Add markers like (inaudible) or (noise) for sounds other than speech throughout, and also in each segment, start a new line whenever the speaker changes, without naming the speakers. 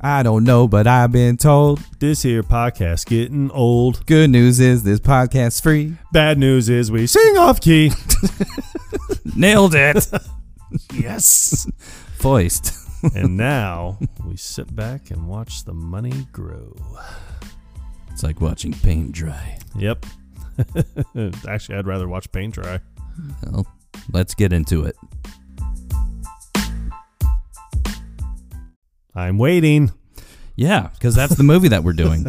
I don't know, but I've been told.
This here podcast getting old.
Good news is this podcast's free.
Bad news is we sing off key.
Nailed it.
yes.
Voiced.
(laughs) and now we sit back and watch the money grow.
It's like watching paint dry.
Yep. (laughs) Actually, I'd rather watch paint dry.
Well, let's get into it.
I'm waiting.
Yeah, because that's the movie that we're (laughs) doing.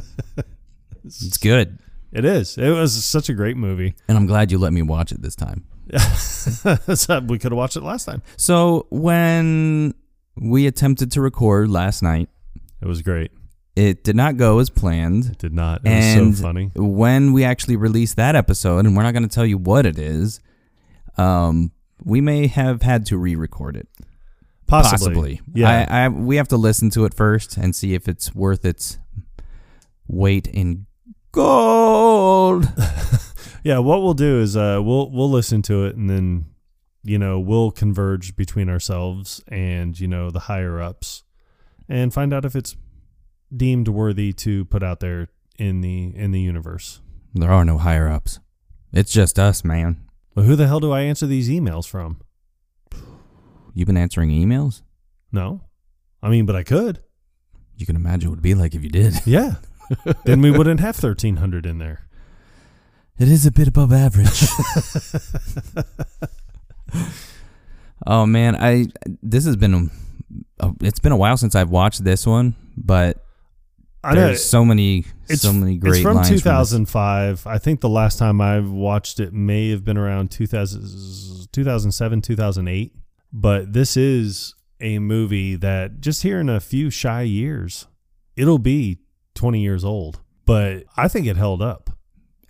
It's good.
It is. It was such a great movie. (laughs)
And I'm glad you let me watch it this time.
So we could have watched it last time.
So, when we attempted to record last night,
It was great.
it did not go as planned.
Did not. It
and
was so funny.
when we actually release that episode, and we're not going to tell you what it is, um, we may have had to re-record it.
Possibly. Yeah.
I, I, we have to listen to it first and see if it's worth its weight in gold.
(laughs) yeah. What we'll do is uh, we'll we'll listen to it and then you know we'll converge between ourselves and you know the higher ups and find out if it's deemed worthy to put out there in the in the universe.
there are no higher ups. It's just us, man.
Well, who the hell do I answer these emails from?
You've been answering emails.
No. I mean, but I could.
You can imagine what it'd be like if you did. (laughs)
Yeah. (laughs) then we wouldn't have 1300 in there. (laughs)
It is a bit above average. (laughs) oh man, I this has been a, it's been a while since I've watched this one, but
I know.
there's so many so many great
it's from
lines.
2005 i think the last time i watched it may have been around 2000, 2007 2008 but this is a movie that just here in a few shy years it'll be 20 years old but i think it held up
this.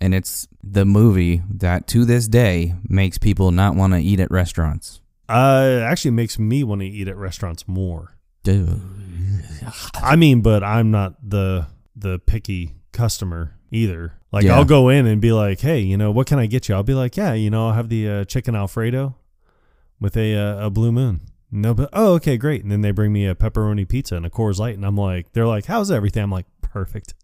and it's the movie that to this day makes people not want to eat at restaurants.
uh, it actually makes me want to eat at restaurants more
Dude.
i mean but i'm not the the picky customer either like
Yeah.
i'll go in and be like hey you know what can i get you i'll be like yeah you know i'll have the uh, chicken alfredo with a uh, a blue moon. No, but oh, okay, great. And then they bring me a pepperoni pizza and a Coors Light, and I'm like, they're like, how's everything? I'm like, perfect,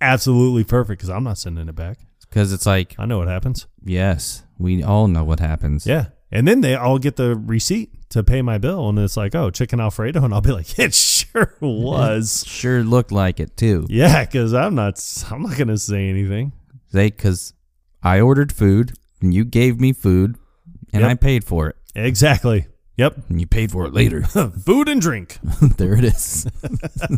absolutely perfect, because I'm not sending it back.
Because it's like
I know what happens.
yes, we all know what happens.
Yeah, and then they all get the receipt to pay my bill, and it's like, oh, chicken Alfredo, and I'll be like, (laughs) it sure was.
Sure looked like it too.
yeah, because I'm not, I'm not gonna say anything.
They because I ordered food and you gave me food and
Yep.
I paid for it.
Exactly. Yep.
And you paid for it later.
(laughs) Food and drink.
(laughs) there it is. (laughs)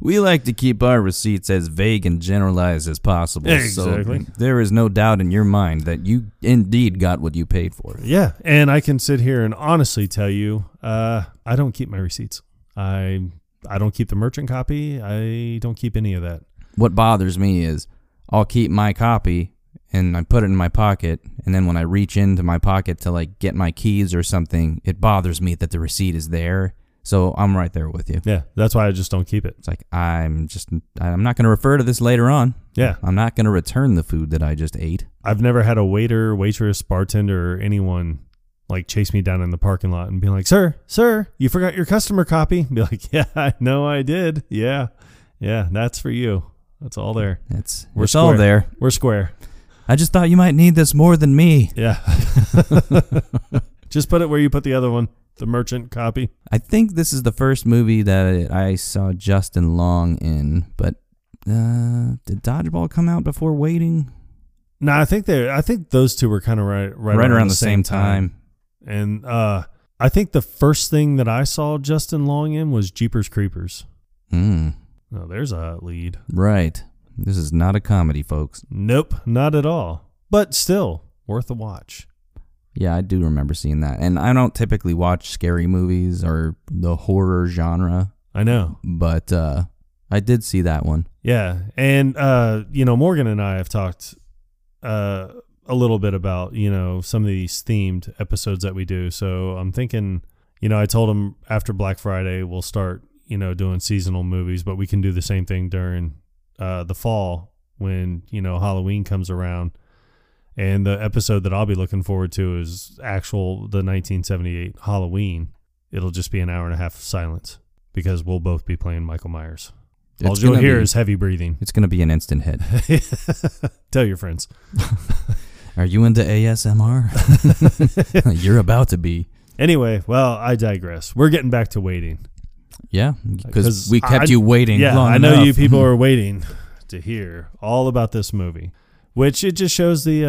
we like to keep our receipts as vague and generalized as possible.
Exactly.
So there is no doubt in your mind that you indeed got what you paid for.
Yeah, and I can sit here and honestly tell you, uh, I don't keep my receipts. I I don't keep the merchant copy. I don't keep any of that.
What bothers me is I'll keep my copy and I put it in my pocket and then when I reach into my pocket to like get my keys or something, it bothers me that the receipt is there. So I'm right there with you.
Yeah, that's why I just don't keep it.
It's like I'm just I'm not going to refer to this later on.
Yeah,
I'm not going to return the food that I just ate.
I've never had a waiter, waitress, bartender, or anyone like chase me down in the parking lot and be like, "Sir, sir, you forgot your customer copy." (laughs) Be like, "Yeah, I know I did. Yeah, yeah, that's for you. That's all there.
It's
We're
it's all
square.
there.
We're square."
I just thought you might need this more than me.
Yeah, just put it where you put the other one, the merchant copy.
I think this is the first movie that I saw Justin Long in, but uh, did Dodgeball come out before Waiting?
No, I think they. I think those two were kind of right, right, And uh, I think the first thing that I saw Justin Long in was Jeepers Creepers.
Mm,
No, there's a lead.
right. This is not a comedy, folks.
Nope, not at all. But still worth a watch.
Yeah, I do remember seeing that. And I don't typically watch scary movies or the horror genre,
I know.
but uh, I did see that one.
Yeah, and uh, you know, Morgan and I have talked uh a little bit about you know some of these themed episodes that we do. So I'm thinking, you know, I told him after Black Friday we'll start you know doing seasonal movies, but we can do the same thing during uh, the fall when you know Halloween comes around. And the episode that I'll be looking forward to is actual the 1978 Halloween. It'll just be an hour and a half of silence. because we'll both be playing Michael Myers.
It's
All you'll
gonna
hear
be-
is heavy breathing. (laughs)
it's gonna be an instant hit.
Tell your friends.
Are you into
(laughs)
ASMR? (laughs) You're about to be.
Anyway, well, I digress. We're getting back to waiting.
Yeah,
Uh, 'Cause
because we kept
I-
you waiting.
Yeah,
long
I know
enough.
you
(laughs)
people are waiting to hear all about this movie, which it just shows the.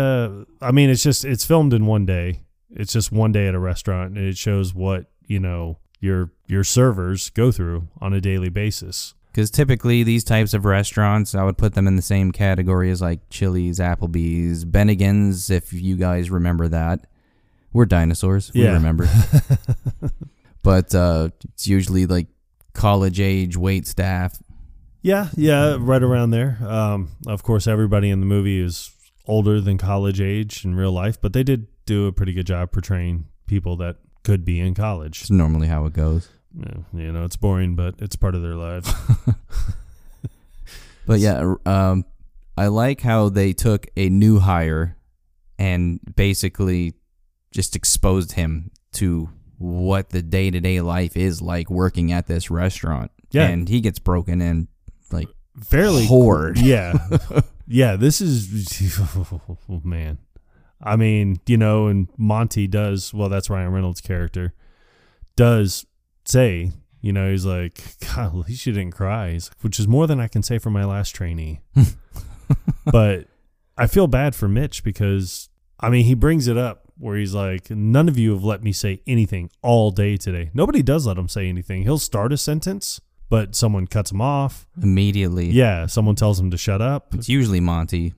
Uh, I mean, it's just it's filmed in one day. It's just one day at a restaurant, and it shows what you know your your servers go through on a daily basis.
(laughs) Because typically these types of restaurants, I would put them in the same category as like Chili's, Applebee's, Bennigan's, if you guys remember that. We're dinosaurs. We
Yeah. (laughs)
remember. but uh, it's usually like college age wait staff.
Yeah, yeah, right around there. Um, of course, everybody in the movie is older than college age in real life, but they did do a pretty good job portraying people that could be in college.
It's normally how it goes.
Yeah, you know, it's boring, but it's part of their lives.
But yeah, um, I like how they took a new hire and basically just exposed him to what the day to day life is like working at this restaurant.
Yeah.
And he gets broken in like
Fairly
Horde.
Yeah, yeah. This is (laughs) oh, man. I mean, you know, and Monty does well. That's Ryan Reynolds' character does say, you know, he's like, God, at least you didn't cry, he's like, which is more than I can say for my last trainee. but I feel bad for Mitch because I mean, he brings it up where he's like, none of you have let me say anything all day today. Nobody does let him say anything. He'll start a sentence, but someone cuts him off.
immediately.
Yeah, someone tells him to shut up.
It's usually Monty,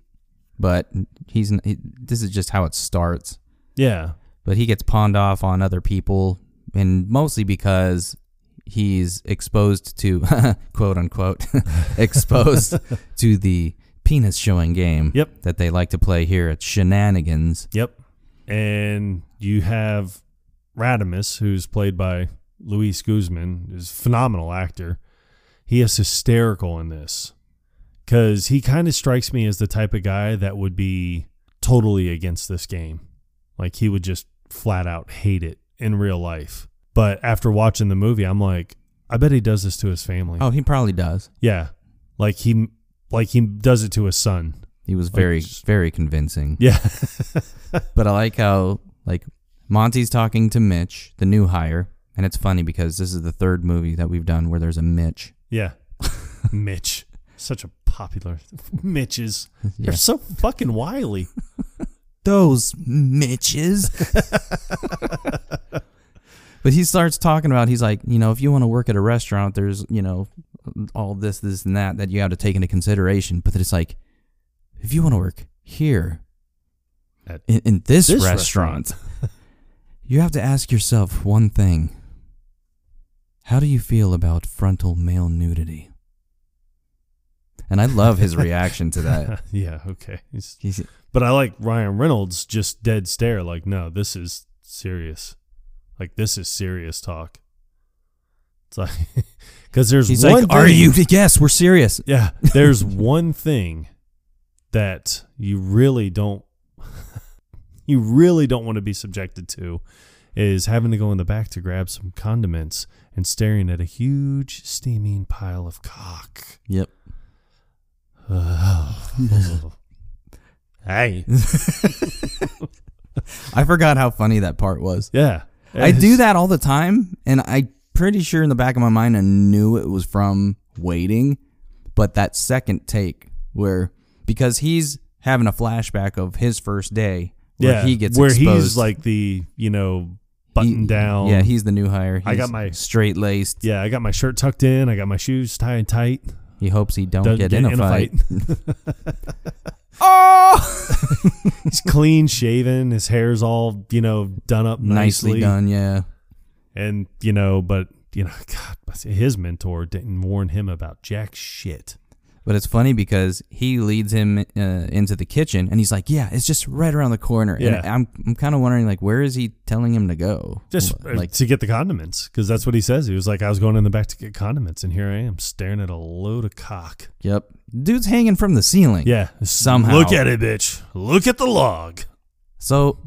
but he's n- he, this is just how it starts.
Yeah.
But he gets pawned off on other people, and mostly because he's exposed to (laughs) quote unquote (laughs)
(laughs)
exposed to the penis showing game
Yep.
that they like to play here at Shenanigans.
Yep. And you have Radimus, who's played by Luis Guzman, is a phenomenal actor. He is hysterical in this because he kind of strikes me as the type of guy that would be totally against this game. Like he would just flat out hate it in real life. But after watching the movie, I'm like, I bet he does this to his family.
Oh, he probably does.
Yeah. Like he like he does it to his son.
He was very
just-
very convincing.
Yeah.
(laughs)
(laughs)
But I like how like Monty's talking to Mitch, the new hire, and it's funny because this is the third movie that we've done where there's a
(laughs)
Mitch. (laughs)
Yeah. Mitch. Such a popular (laughs) Mitches.
Yeah.
They're so fucking wily.
Those
(laughs)
Mitches. but he starts talking about he's like, you know, if you want to work at a restaurant, there's, you know, all this, this and that that you have to take into consideration. But then it's like, if you want to work here
At
in, in this,
this
restaurant, you have to ask yourself one thing. How do you feel about frontal male nudity? And I love his reaction to (laughs)
(laughs)
that.
yeah, okay. He's-
He's,
but I like Ryan Reynolds just dead stare like no, this is serious. Like this is serious talk. It's like (laughs) cuz there's
He's
one
like, "Are
thing-
you? Yes, we're serious."
Yeah, there's one thing that you really don't (laughs) you really don't want to be subjected to is having to go in the back to grab some condiments and staring at a huge steaming pile
(laughs)
of cock.
Yep.
hey.
I forgot how funny that part was.
Yeah.
I do that all the time, and I pretty sure in the back of my mind I knew it was from waiting, but that second take where because he's having a flashback of his first day where
yeah,
he gets
where
exposed.
he's like the, you know, button
He-
down.
Yeah, he's the new hire.
I got
He's
my-
straight laced.
yeah, I got my shirt tucked in, I got my shoes tied tight.
He hopes he don't
Doesn't
get, in, a fight. (laughs) Oh,
He's clean shaven. His hair's all you know done up nicely,
nicely done. Yeah.
And you know, but you know, (laughs) God, his mentor didn't warn him about jack shit.
But it's funny because he leads him uh, into the kitchen, and he's like, "Yeah, it's just right around the corner."
Yeah.
And I'm I'm kind of wondering like, where is he telling him to go?
Just
Wh-
uh,
like,
to get the condiments, because that's what he says. He was like, "I was going in the back to get condiments, and here I am staring at a load of cock."
yep, dude's hanging from the ceiling.
Yeah,
Somehow.
Look at it, bitch. Look at the log.
(laughs) So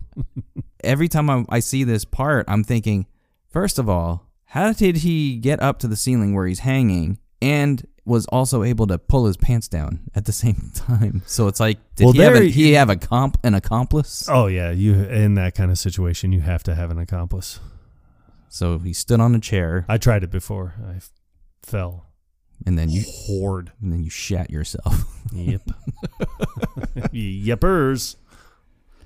every time I, I see this part, I'm thinking, first of all, How did he get up to the ceiling where he's hanging and was also able to pull his pants down at the (laughs) same time? So it's like, did
Well,
he, have
there
a,
you-
he have a comp an accomplice?
Oh yeah, you in that kind of situation, you have to have an accomplice.
So he stood on a chair
I tried it before. I f- fell.
and then you
Horde.
and then you shat yourself. (laughs)
Yep. (laughs) Yepers.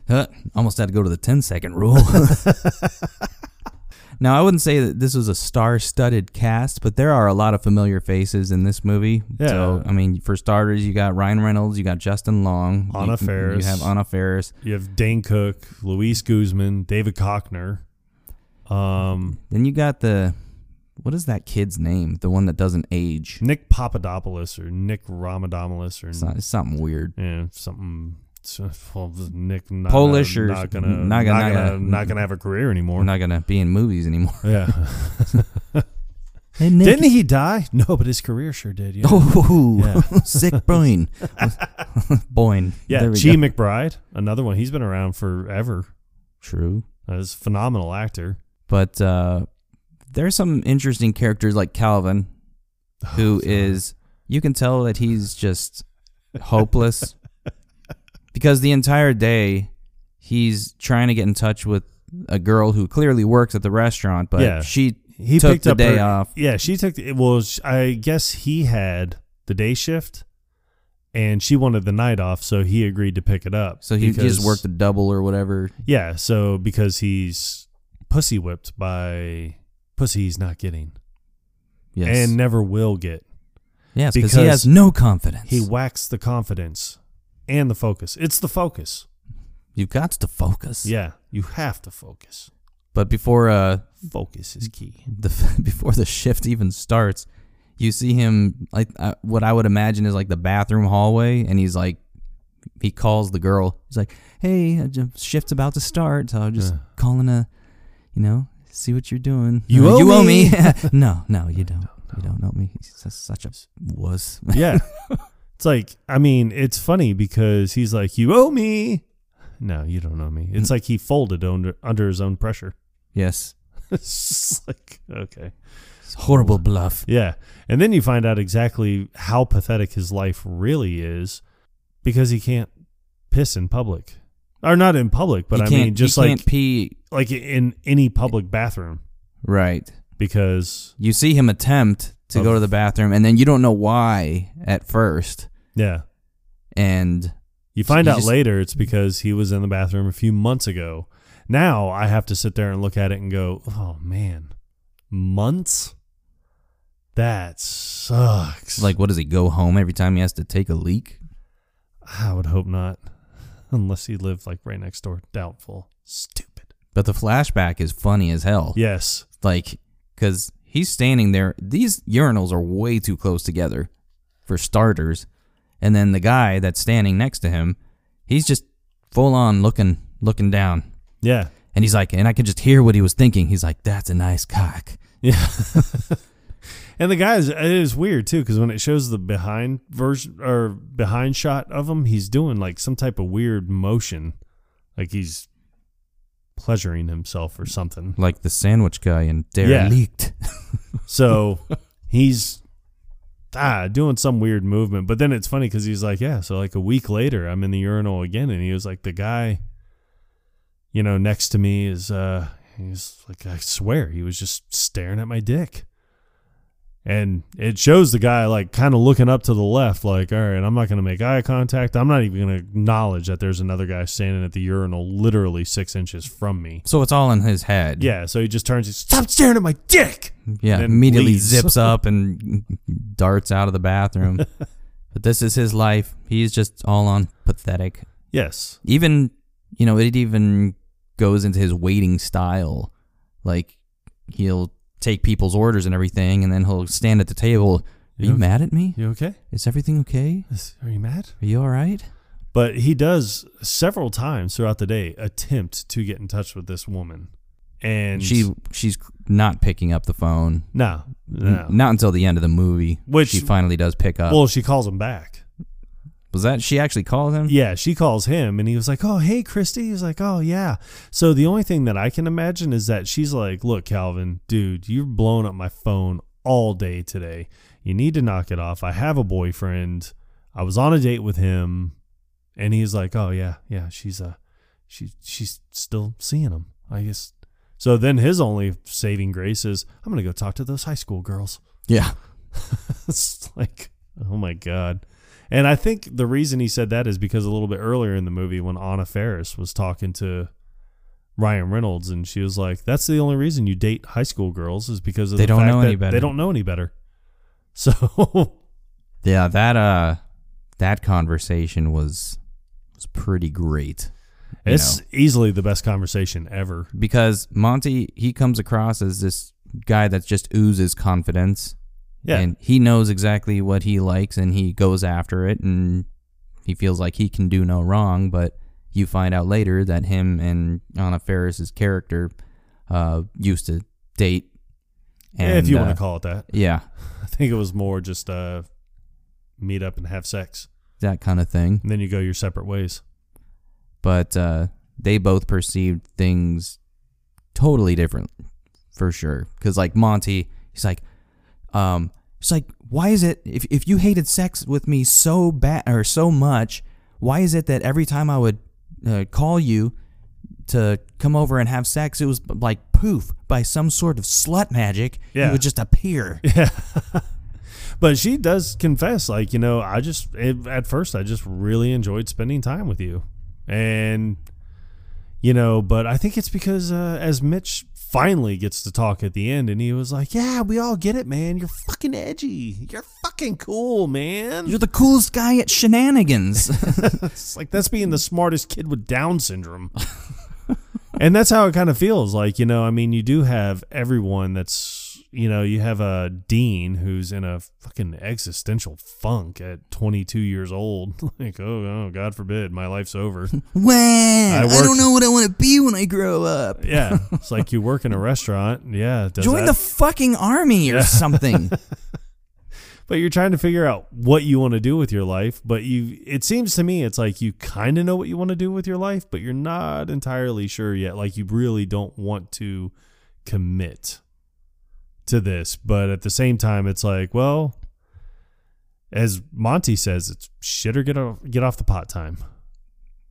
Huh, Almost had to go to the 10 second
(laughs)
rule. now, I wouldn't say that this was a star studded cast, but there are a lot of familiar faces in this movie. So,
Yeah.
I mean, for starters, you got Ryan Reynolds, you got Justin Long,
Anna
you,
Faris.
You have Anna Faris.
You have Dane Cook, Luis Guzman, David Cockner. Um,
Then you got the, what is that kid's name? The one that doesn't age.
Nick Papadopoulos or Nick Ramadomoulos or
It's, not, it's something weird.
yeah, something. so- well, Nick not
Polish
gonna,
or
not gonna
Naga-
not gonna,
Naga-
not gonna have a career anymore.
We're not going to be in movies anymore.
yeah,
Hey, (laughs) Nick.
didn't he die? No, but his career sure did. (laughs) Yeah,
Oh, (laughs)
Yeah.
sick
(laughs)
Boyne. Boyne.
yeah.
There we go.
Chi McBride, another one. He's been around forever.
True.
He's a phenomenal actor.
but uh, there's some interesting characters like Calvin,
Oh,
who is you can tell that he's just
(laughs)
hopeless because the entire day he's trying to get in touch with a girl who clearly works at the restaurant, but
Yeah.
she
he
took
picked
the
up
day
her-
off.
Yeah, she took. The, well, sh- I guess he had the day shift, and she wanted the night off, so he agreed to pick it up.
So he
because-
just worked a double or whatever.
Yeah, so because he's pussy whipped by pussy he's not getting
Yes,
and never will get.
yes, because he
because
has no confidence.
He whacks the confidence and the focus. It's the focus.
You've got to focus.
Yeah, you have to focus.
But before uh,
Focus is key.
the (laughs) before the shift even starts, you see him like uh, what I would imagine is like the bathroom hallway, and he's like, he calls the girl. He's like, "Hey, uh, j- shift's about to start, so I'm just
Yeah.
calling a, you know, see what you're doing. Uh,
You owe
you owe
me."
me.
(laughs)
(laughs) no, no, you don't. You don't owe me. He's just such a wuss. (laughs)
Yeah. it's like, I mean, it's funny because he's like, You owe me. No, you don't owe me.
Hmm.
It's like he folded under under his own pressure. (laughs)
yes,
it's like, okay.
It's horrible bluff.
Yeah. And then you find out exactly how pathetic his life really is because he can't piss in public. Or not in public, but
You
I
can't-
mean just
you
like
can't pee.
like in any public bathroom
Right.
because
You see him attempt to
Of-
go to the bathroom, and then you don't know why at first,
yeah.
and
You find
You
out
just-
later it's because he was in the bathroom a few months ago. Now I have to sit there and look at it and go, "Oh man, months? That sucks."
Like, what does he go home every time he has to take a leak?
I would hope not, unless he lived like right next door. Doubtful. Stupid.
But the flashback is funny as hell.
Yes.
Like, because he's standing there. These urinals are way too close together, for starters. And then the guy that's standing next to him, he's just full on looking, looking down.
Yeah.
And he's like, and I could just hear what he was thinking. He's like, that's a nice cock.
Yeah. and the guy is it is weird too because when it shows the behind version or behind shot of him, he's doing like some type of weird motion, like he's pleasuring himself or something.
Like the sandwich guy in Dare
Yeah.
Leaked. (laughs)
So he's ah doing some weird movement. But then it's funny because he's like, yeah. So like a week later, I'm in the urinal again, and he was like, the guy, you know, next to me is uh, he's like, I swear, he was just staring at my dick. And it shows the guy like kind of looking up to the left, like, all right, I'm not going to make eye contact. I'm not even going to acknowledge that there's another guy standing at the urinal literally six inches from me.
So it's all in his head.
Yeah. So he just turns, he's, stop staring at my dick.
Yeah,
and
immediately
leaves.
zips
(laughs)
up and darts out of the bathroom. but this is his life. He's just all on pathetic.
Yes.
Even, you know, it even goes into his waiting style. Like, he'll take people's orders and everything, and then he'll stand at the table. Are you
Yeah.
mad at me?
You okay?
Is everything okay?
Is- Are you mad?
Are you all right?
But he does several times throughout the day attempt to get in touch with this woman, and
she she's not picking up the phone.
no, no.
N- Not until the end of the movie,
Which-
she finally does pick up.
well, she calls him back.
Was that she actually called him?
Yeah, she calls him and he was like, Oh, hey, Christy. He's like, Oh, yeah. So the only thing that I can imagine is that she's like, Look, Calvin, dude, you're blowing up my phone all day today. You need to knock it off. I have a boyfriend. I was on a date with him. And he's like, Oh, yeah, yeah. She's, uh, she, she's still seeing him, I guess. So then his only saving grace is, I'm going to go talk to those high school girls.
Yeah.
(laughs) it's like, oh my god. And I think the reason he said that is because a little bit earlier in the movie, when Anna Ferris was talking to Ryan Reynolds, and she was like, "That's the only reason you date high school girls is because of
They
the
don't
fact
know any
that
better."
They don't know any better." (laughs) So
Yeah, that uh that conversation was was pretty great. you
it's
know,
easily the best conversation ever.
because Monty he comes across as this guy that just oozes confidence.
Yeah,
And he knows exactly what he likes and he goes after it and he feels like he can do no wrong, but you find out later that him and Anna Ferris's character uh, used to date.
Yeah, if you
uh,
want to call it that, (laughs)
Yeah,
I think it was more just uh, meet up and have sex,
that kind of thing.
and then you go your separate ways.
but uh, they both perceived things totally different for sure because like monty he's like um it's like why is it if, if you hated sex with me so bad or so much why is it that every time i would uh, call you to come over and have sex it was like poof by some sort of slut magic
Yeah.
you would just appear
Yeah. but she does confess, like, you know, I just, it, at first, I just really enjoyed spending time with you. And, you know, but I think it's because uh, as Mitch finally gets to talk at the end and he was like, yeah, we all get it, man. You're fucking edgy. You're fucking cool, man.
you're the coolest guy at shenanigans (laughs)
It's like that's being the smartest kid with Down syndrome. and that's how it kind of feels. Like, you know, I mean, you do have everyone that's, you know, you have a dean who's in a fucking existential funk at 22 years old. (laughs) Like, oh, oh God forbid, my
(laughs)
life's over.
wow i,
worked-
don't know what i want to be when i grow up
yeah. It's like you work in a restaurant. Yeah. Does
Join
that-
the fucking army or
(laughs)
something.
but you're trying to figure out what you want to do with your life but you it seems to me it's like you kind of know what you want to do with your life but you're not entirely sure yet like you really don't want to commit to this but at the same time it's like well as monty says it's shit or get off get off the pot time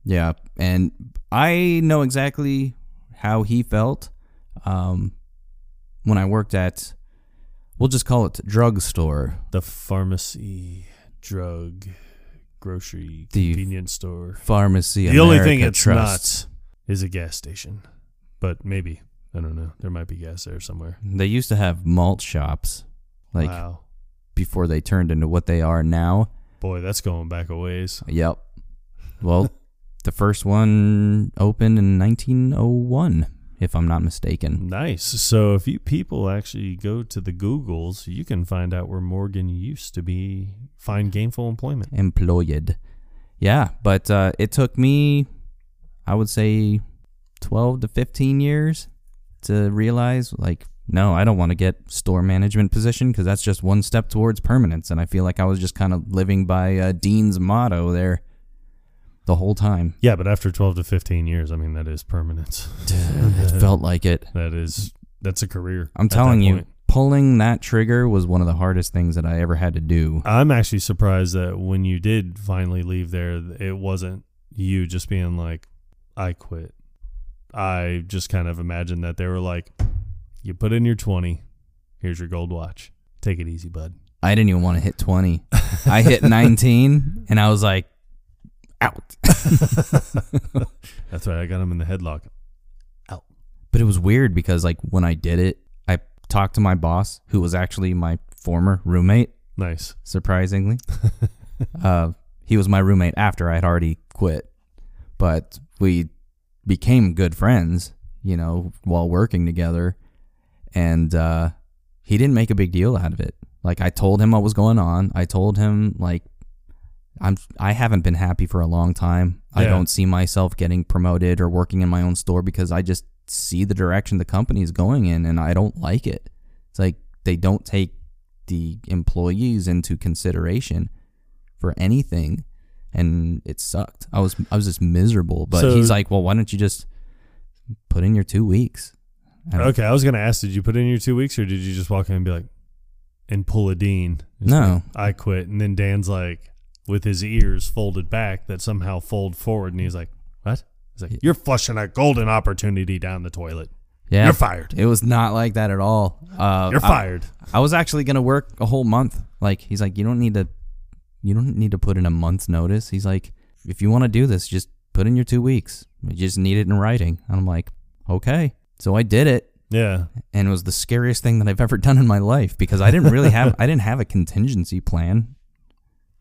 yeah, and I know exactly how he felt um, when I worked at, we'll just call it drugstore.
the pharmacy drug grocery
The-
convenience store
Pharmacy.
the only
America
thing it's
Trust.
not is a gas station but maybe i don't know there might be gas there somewhere
They used to have malt shops, like
wow
before they turned into what they are now.
boy that's going back a ways
Yep.
(laughs)
Well, the first one opened in 1901, if I'm not mistaken.
nice so if you people actually go to the googles you can find out where morgan used to be find gainful employment
employed. Yeah, but uh, it took me, I would say, 12 to 15 years to realize, like, no, I don't want to get store management position because that's just one step towards permanence. And I feel like I was just kind of living by uh, Dean's motto there the whole time. (sighs)
yeah but after 12 to 15 years i mean that is permanent (laughs)
it felt like it.
that is that's a career
I'm
at that
telling you,
point.
pulling that trigger was one of the hardest things that I ever had to do.
i'm actually surprised that when you did finally leave there it wasn't you just being like i quit i just kind of imagined that they were like you put in your 20 here's your gold watch take it easy bud
I didn't even want to hit 20. I
(laughs)
hit 19 and I was like, out.
That's right. I got him in the headlock.
But it was weird because like when I did it, I talked to my boss, who was actually my former roommate,
Nice.
surprisingly. uh, he was my roommate after I had already quit, but we became good friends, you know, while working together. And uh, he didn't make a big deal out of it. Like I told him what was going on. I told him like I'm I haven't been happy for a long time. I
Yeah.
don't see myself getting promoted or working in my own store because I just see the direction the company is going in and I don't like it. It's like they don't take the employees into consideration for anything. and it sucked. I was I was just miserable. But
So-
he's like, well, why don't you just put in your two weeks? I don't-
Okay, I was gonna ask, did you put in your two weeks or did you just walk in and be like, and pull a dean? Just
No.
like, I quit. And then Dan's like, with his ears folded back, that somehow fold forward, and he's like, what? He's like, you're flushing a golden opportunity down the toilet.
Yeah,
You're fired.
It was not like that at all. Uh,
You're
I-
fired.
I was actually gonna work a whole month. Like he's like, you don't need to, you don't need to put in a month's notice. He's like, if you want to do this, just put in your two weeks. You just need it in writing. And I'm like, okay. So I did it,
yeah.
and it was the scariest thing that I've ever (laughs) done in my life because I didn't really
(laughs)
have, I didn't have a contingency plan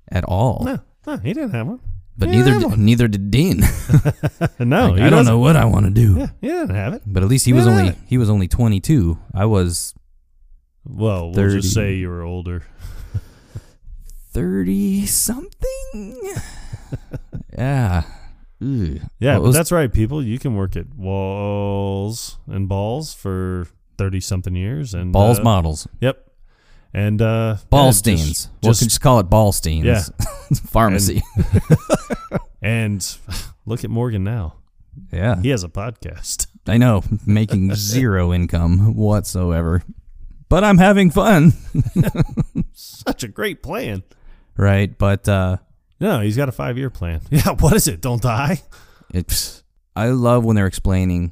at all.
No, no, he didn't have one.
but
yeah, I
neither
have
did, neither did Dean.
no,
Like,
he
I Oh, don't
doesn't-
know what I want to do.
Yeah, he didn't have it.
But at least he was
Yeah.
only he was only 22. I was
Well, we'll
30.
just say you were older.
30
(laughs)
something. yeah. Ugh.
Yeah,
What
but
was-
that's right, people. You can work at walls and balls for thirty something years and
balls
uh,
models.
Yep. And uh yeah, just-
Ballsteins. we'll
just-
just call it Ballsteins. (laughs)
Yeah.
Pharmacy.
and (laughs) look at Morgan now.
yeah.
He has a podcast. (laughs)
I know. Making zero income whatsoever. But I'm having fun.
Such a great plan.
Right. But uh
No, he's got a five year plan. (laughs) Yeah, what is it? Don't die?
it's I love when they're explaining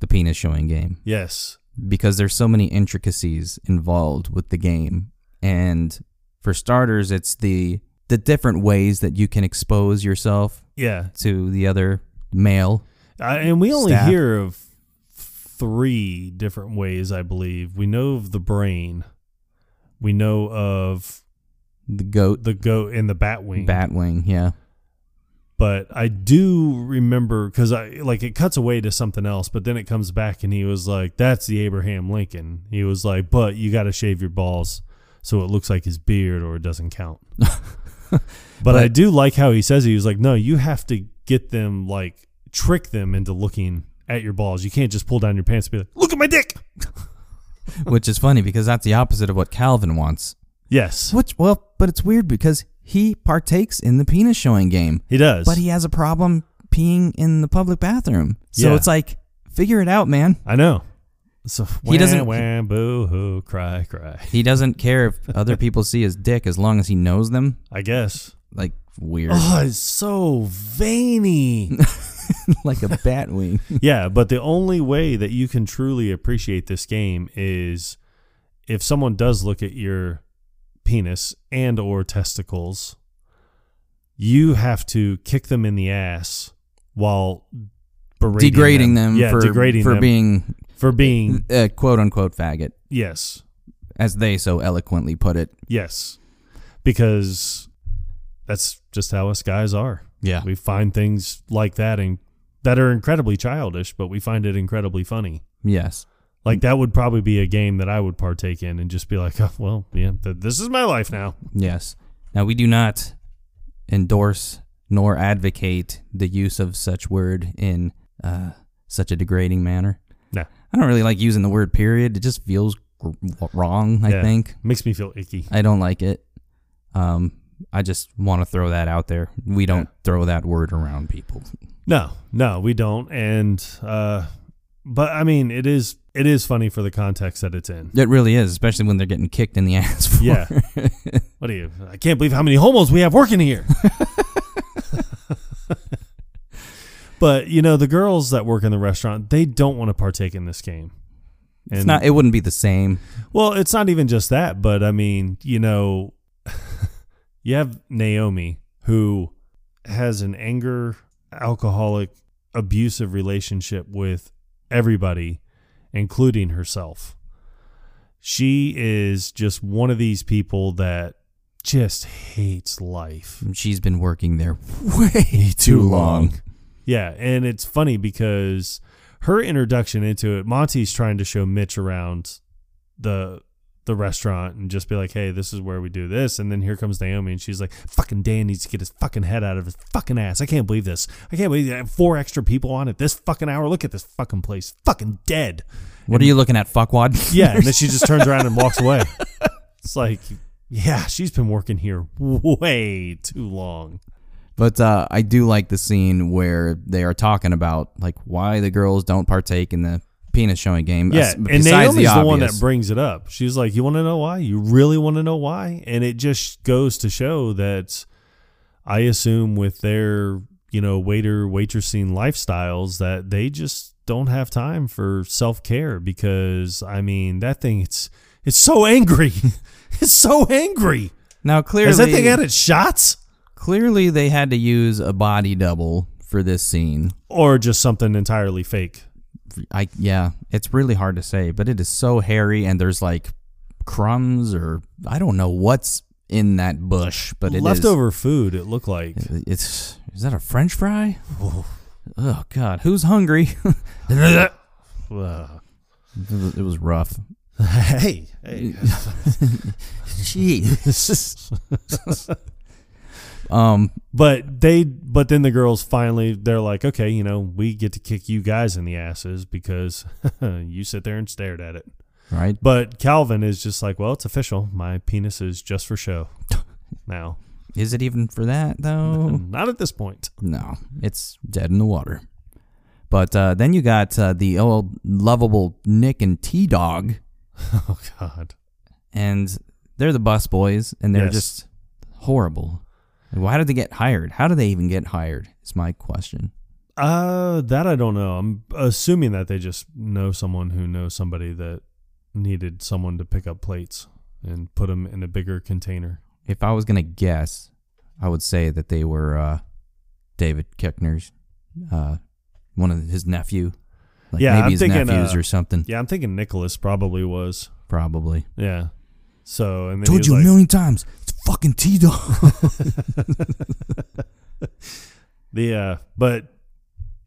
the penis showing game.
Yes.
because there's so many intricacies involved with the game. And for starters, it's the the different ways that you can expose yourself
Yeah.
to the other male.
I, and we only
Staff.
hear of three different ways, I believe. We know of the brain. We know of
The goat,
the goat and the bat wing.
batwing,
(laughs)
yeah.
but I do remember because I like it cuts away to something else, but then it comes back and he was like, "That's the Abraham Lincoln." He was like, "But you got to shave your balls so it looks like his beard, or it doesn't
(laughs)
count." but, I do like how he says it. he was like, "No, you have to get them like trick them into looking at your balls. You can't just pull down your pants and be like, look at my dick."
Which is funny because that's the opposite of what Calvin wants.
Yes,
Which well, but it's weird because he partakes in the penis showing game,
he does.
but he has a problem peeing in the public bathroom. So
Yeah.
it's like figure it out, man.
I know. So
He
he doesn't
doesn't-
wham boo hoo cry cry.
He doesn't care if
(laughs)
other people see his dick as long as he knows them.
I guess.
Like weird.
Oh, it's so veiny.
(laughs) like a bat
(laughs)
wing.
yeah, but the only way that you can truly appreciate this game is if someone does look at your penis and or testicles, you have to kick them in the ass while berating
degrading them,
yeah,
for
degrading
for
them
being
for being
a quote unquote faggot,
yes,
as they so eloquently put it.
yes, because that's just how us guys are.
Yeah,
We find things like that and that are incredibly childish, but we find it incredibly funny.
yes,
Like that would probably be a game that I would partake in and just be like, (laughs) oh, well, yeah, th- this is my life now. (laughs)
yes. Now we do not endorse nor advocate the use of such word in uh, such a degrading manner.
No.
I don't really like using the word period. It just feels gr- wrong. I
Yeah.
think
Makes me feel icky.
I don't like it. Um, I just want to throw that out there. We don't throw that word around people.
No, no, we don't. And uh, but I mean, it is it is funny for the context that
(laughs)
it's in.
It really is, especially when they're getting kicked in the (laughs) ass. For
Yeah.
it.
What do you? I can't believe how many homos we have working here. (laughs) but you know, the girls that work in the restaurant, they don't want to partake in this game.
It's not. It wouldn't be the same.
Well, it's not even just that, but I mean, you know, (laughs) you have Naomi who has an anger, alcoholic, abusive relationship with everybody, including herself. She is just one of these people that just hates life
She's been working there (laughs) way too long.
Yeah, and it's funny because her introduction into it, Monty's trying to show Mitch around the the restaurant and just be like, "Hey, this is where we do this." And then here comes Naomi, and she's like, "Fucking Dan needs to get his fucking head out of his fucking ass. I can't believe this. I can't believe I have four extra people on at this fucking hour. Look at this fucking place, fucking dead."
What are you looking at, fuckwad? (laughs)
Yeah, and then she just turns around and walks away. (laughs) It's like, yeah, she's been working here way too long.
But uh, I do like the scene where they are talking about like why the girls don't partake in the penis showing game.
Yeah,
as-
and Naomi's the, one that
obvious.
brings it up. She's like, "You want to know why? You really want to know why?" And it just goes to show that I assume with their you know waiter waitressing lifestyles that they just don't have time for self care because I mean that thing it's it's so angry, (laughs) it's so angry.
now clearly
Has that thing had its shots
clearly they had to use a body double for this scene.
or just something entirely fake?
I yeah, it's really hard to say, but it is so hairy and there's like crumbs or I don't know what's in that bush, but it is
Leftover food. It
(laughs)
looked like
It's is that a French fry? Oh God, who's hungry? (laughs) it
Ugh.
was- it was rough.
hey hey.
(laughs) Um,
But they, but then the girls finally, they're like, okay, you know, we get to kick you guys in the asses because (laughs) you sit there and stared at it.
right.
But Calvin is just like, well, it's official. My penis is just for show. (laughs) Now,
Is it even for that (laughs) though?
not at this point. (laughs)
No, it's dead in the water. But uh, then you got uh, the old lovable Nick and T Dog,
Oh God.
and they're the bus boys, and they're
Yes.
just horrible. Why did they get hired? How do they even get hired? Is my question.
Uh, that I don't know. I'm assuming that they just know someone who knows somebody that needed someone to pick up plates and put them in a bigger container.
If I was gonna guess, I would say that they were uh, David Keckner's, uh, one of his nephew, like
Yeah,
maybe
I'm
his
thinking,
nephews
uh,
or something,
Yeah, I'm thinking Nicholas probably was.
probably.
Yeah. So and then
Told
he's
you a
like,
million times, it's fucking T Dog.
The uh, but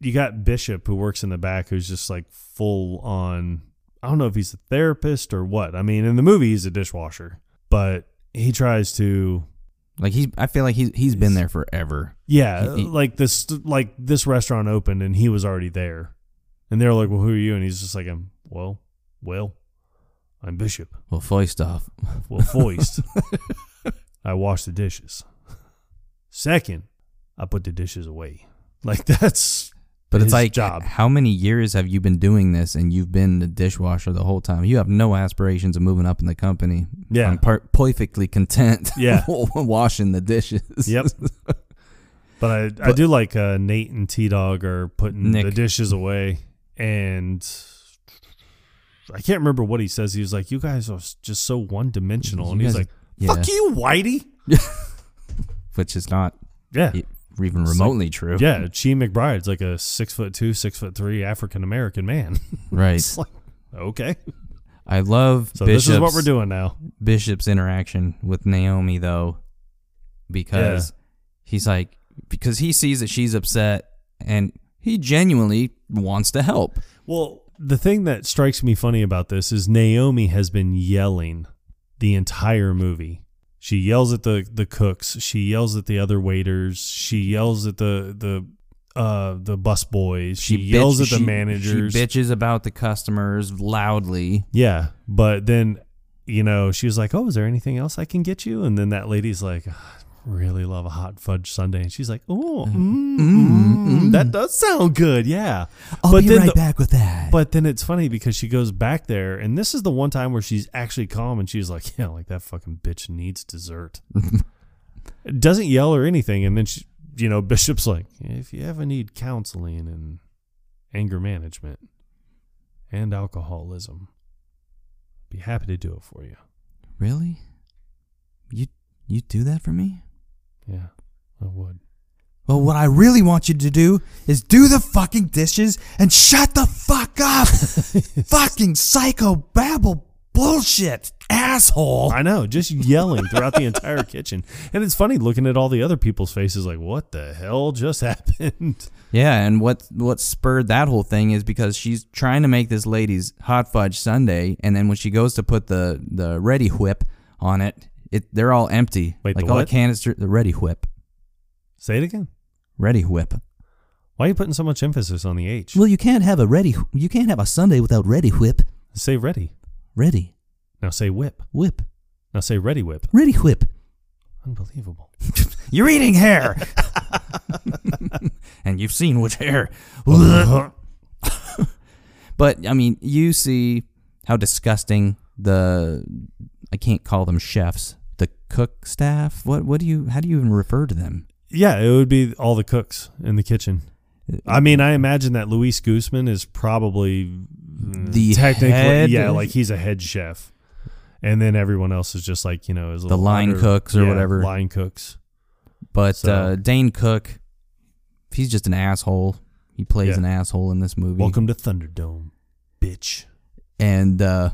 you got Bishop who works in the back who's just like full on. I don't know if he's a therapist or what. I mean, in the movie he's a dishwasher, but he tries to.
(laughs) like he's, I feel like he's he's been there forever.
Yeah,
He- he-
like this, like this restaurant opened and he was already there, and they're like, "Well, who are you?" And he's just like, "I'm well, well, I'm Bishop.
Well, first off, (laughs)
Well, foist. I wash the dishes. Second, I put the dishes away. Like (laughs) that's
but
His
it's like,
job.
how many years have you been doing this and you've been the dishwasher the whole time? You have no aspirations of moving up in the company.
Yeah.
I'm per- perfectly content (laughs)
Yeah.
washing the (laughs) dishes.
Yep. But I, I do like uh, Nate and T Dog are putting
Nick.
the dishes away, and I can't remember what he says. He was like, "You guys are just so one dimensional," and
You
he's
guys-
like,
yeah.
"Fuck you, Whitey."
Which is not
Yeah,
e- even remotely true.
yeah. Chi McBride's like a six foot two, six foot three African American man. (laughs)
Right.
it's like, okay,
I love
so
Bishop's,
this is what we're doing now.
Bishop's interaction with Naomi, though, because he's like, because he sees that she's upset and he genuinely wants to help.
Well, the thing that strikes me funny about this is Naomi has been yelling the entire movie. She yells at the the cooks. She yells at the other waiters. She yells at the the uh the bus boys. She,
bitch-
yells at
she-
the managers.
She bitches about the customers loudly.
Yeah, but then you know she was like, "Oh, is there anything else I can get you?" And then that lady's like, "I "Really love a hot fudge sundae," and she's like, "Oh, mm,
Mm-hmm.
mm, that does sound good." Yeah, but then the-
back with that.
But then it's funny because she goes back there, and this is the one time where she's actually calm and she's like, Yeah, like that fucking bitch needs dessert. Doesn't yell or anything. And then she, you know, Bishop's like, If you ever need counseling and anger management and alcoholism, be happy to do it for you.
really, you you do that for me?
Yeah, I would.
Well, what I really want you to do is do the fucking dishes and shut the fuck (laughs) up, fucking psycho babble bullshit asshole.
I know, just yelling throughout the entire kitchen. And it's funny looking at all the other people's faces like, What the hell just (laughs) happened?
Yeah, and what what spurred that whole thing is because she's trying to make this lady's hot fudge sundae, and then when she goes to put the the ready whip on it, it they're all empty.
Wait,
like
the
all
what?
the canister, the ready whip,
Say it again.
ready whip.
Why are you putting so much emphasis on the H?
Well, you can't have a ready, you can't have a sundae without ready whip,
Say ready.
ready
Now say whip.
whip,
Now say ready whip.
ready whip. (laughs)
Unbelievable.
You're eating hair.
(laughs)
(laughs) and you've seen which
(laughs)
hair. but I mean, you see how disgusting the I can't call them chefs, the cook staff. What what do you how do you even refer to them?
yeah, it would be all the cooks in the kitchen. I mean, I imagine that Luis Guzman is probably mm,
The
technically,
head?
yeah, like he's a head chef, and then everyone else is just like you know his little
line
under-
cooks or
yeah,
whatever.
line cooks.
But
So-
uh, Dane Cook, he's just an asshole. He plays
Yeah.
an asshole in this movie.
Welcome to Thunderdome, bitch.
and uh,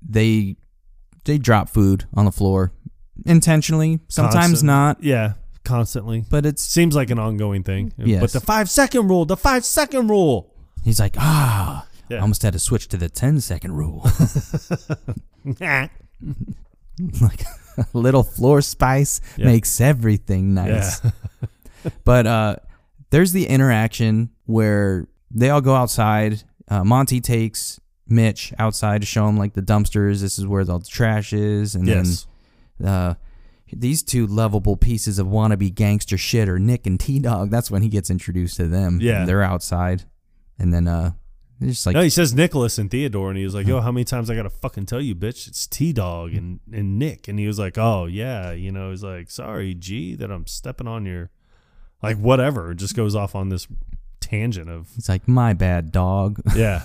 they they drop food on the floor intentionally, sometimes
Constant.
not,
Yeah, constantly.
but it's
Seems like an ongoing thing.
Yes.
But the five second rule, the five second rule. (laughs)
he's like, "Ah,
Yeah.
I almost had to switch to the 10 second rule." (laughs)
yeah.
like (laughs) a little floor spice
Yeah.
makes everything nice. But uh, there's the interaction where they all go outside. Uh, Monty takes Mitch outside to show him like the dumpsters. This is where all the trash is, and
Yes.
then uh, these two lovable pieces of wannabe gangster shit are Nick and T Dog. That's when he gets introduced to them.
Yeah.
they're outside, and then uh, they're just like
No, he says Nicholas and Theodore, and he was like, "Yo, how many times I gotta fucking tell you, bitch? It's T Dog and and Nick." And he was like, "Oh yeah, you know." He's like, "Sorry, G, that I'm stepping on your, like whatever." Just goes off on this tangent of
(laughs) he's like my bad dog. (laughs)
yeah,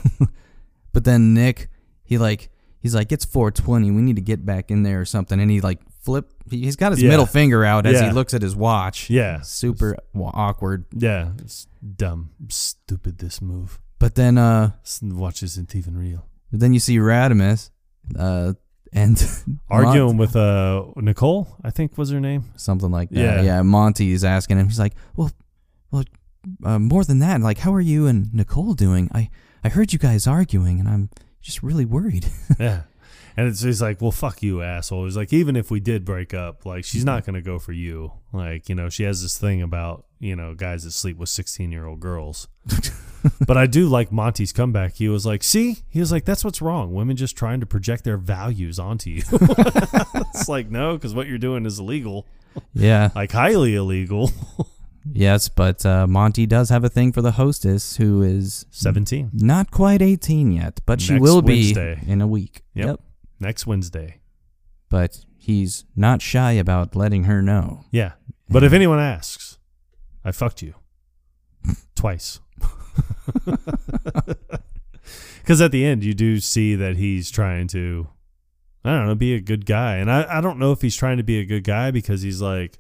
But then Nick, he like he's like it's 420. We need to get back in there or something. And he like flip. he- He's got his
Yeah.
middle finger out as
Yeah.
he looks at his watch.
yeah,
Super wa- awkward.
yeah. It's dumb, stupid. This move.
But then uh
This watch isn't even real.
then you see Radimus, uh and (laughs)
Arguing with uh Nicole, I think was her name.
Mon- something like that.
Yeah.
Yeah. Monty is asking him. He's like, well, well, uh, more than that. Like, how are you and Nicole doing? I I heard you guys arguing, and I'm just really worried. (laughs)
(laughs) Yeah. And it's, he's like, well, fuck you, asshole. He's like, even if we did break up, like, she's not going to go for you. Like, you know, she has this thing about, you know, guys that sleep with 16 year old girls. but I do like Monty's comeback. He was like, see, he was like, that's what's wrong. Women just trying to project their values onto you. (laughs) it's like, no, because what you're doing is illegal,
yeah.
like, highly illegal. (laughs)
Yes, but uh, Monty does have a thing for the hostess, who is
17.
not quite 18 yet, but she
Next
will
Wednesday.
be in a week.
Yep. Next Wednesday.
But he's not shy about letting her know.
Yeah. But if anyone asks, I fucked you twice. (laughs) Because at the end, you do see that he's trying to, I don't know, be a good guy. And I, I don't know if he's trying to be a good guy because he's like,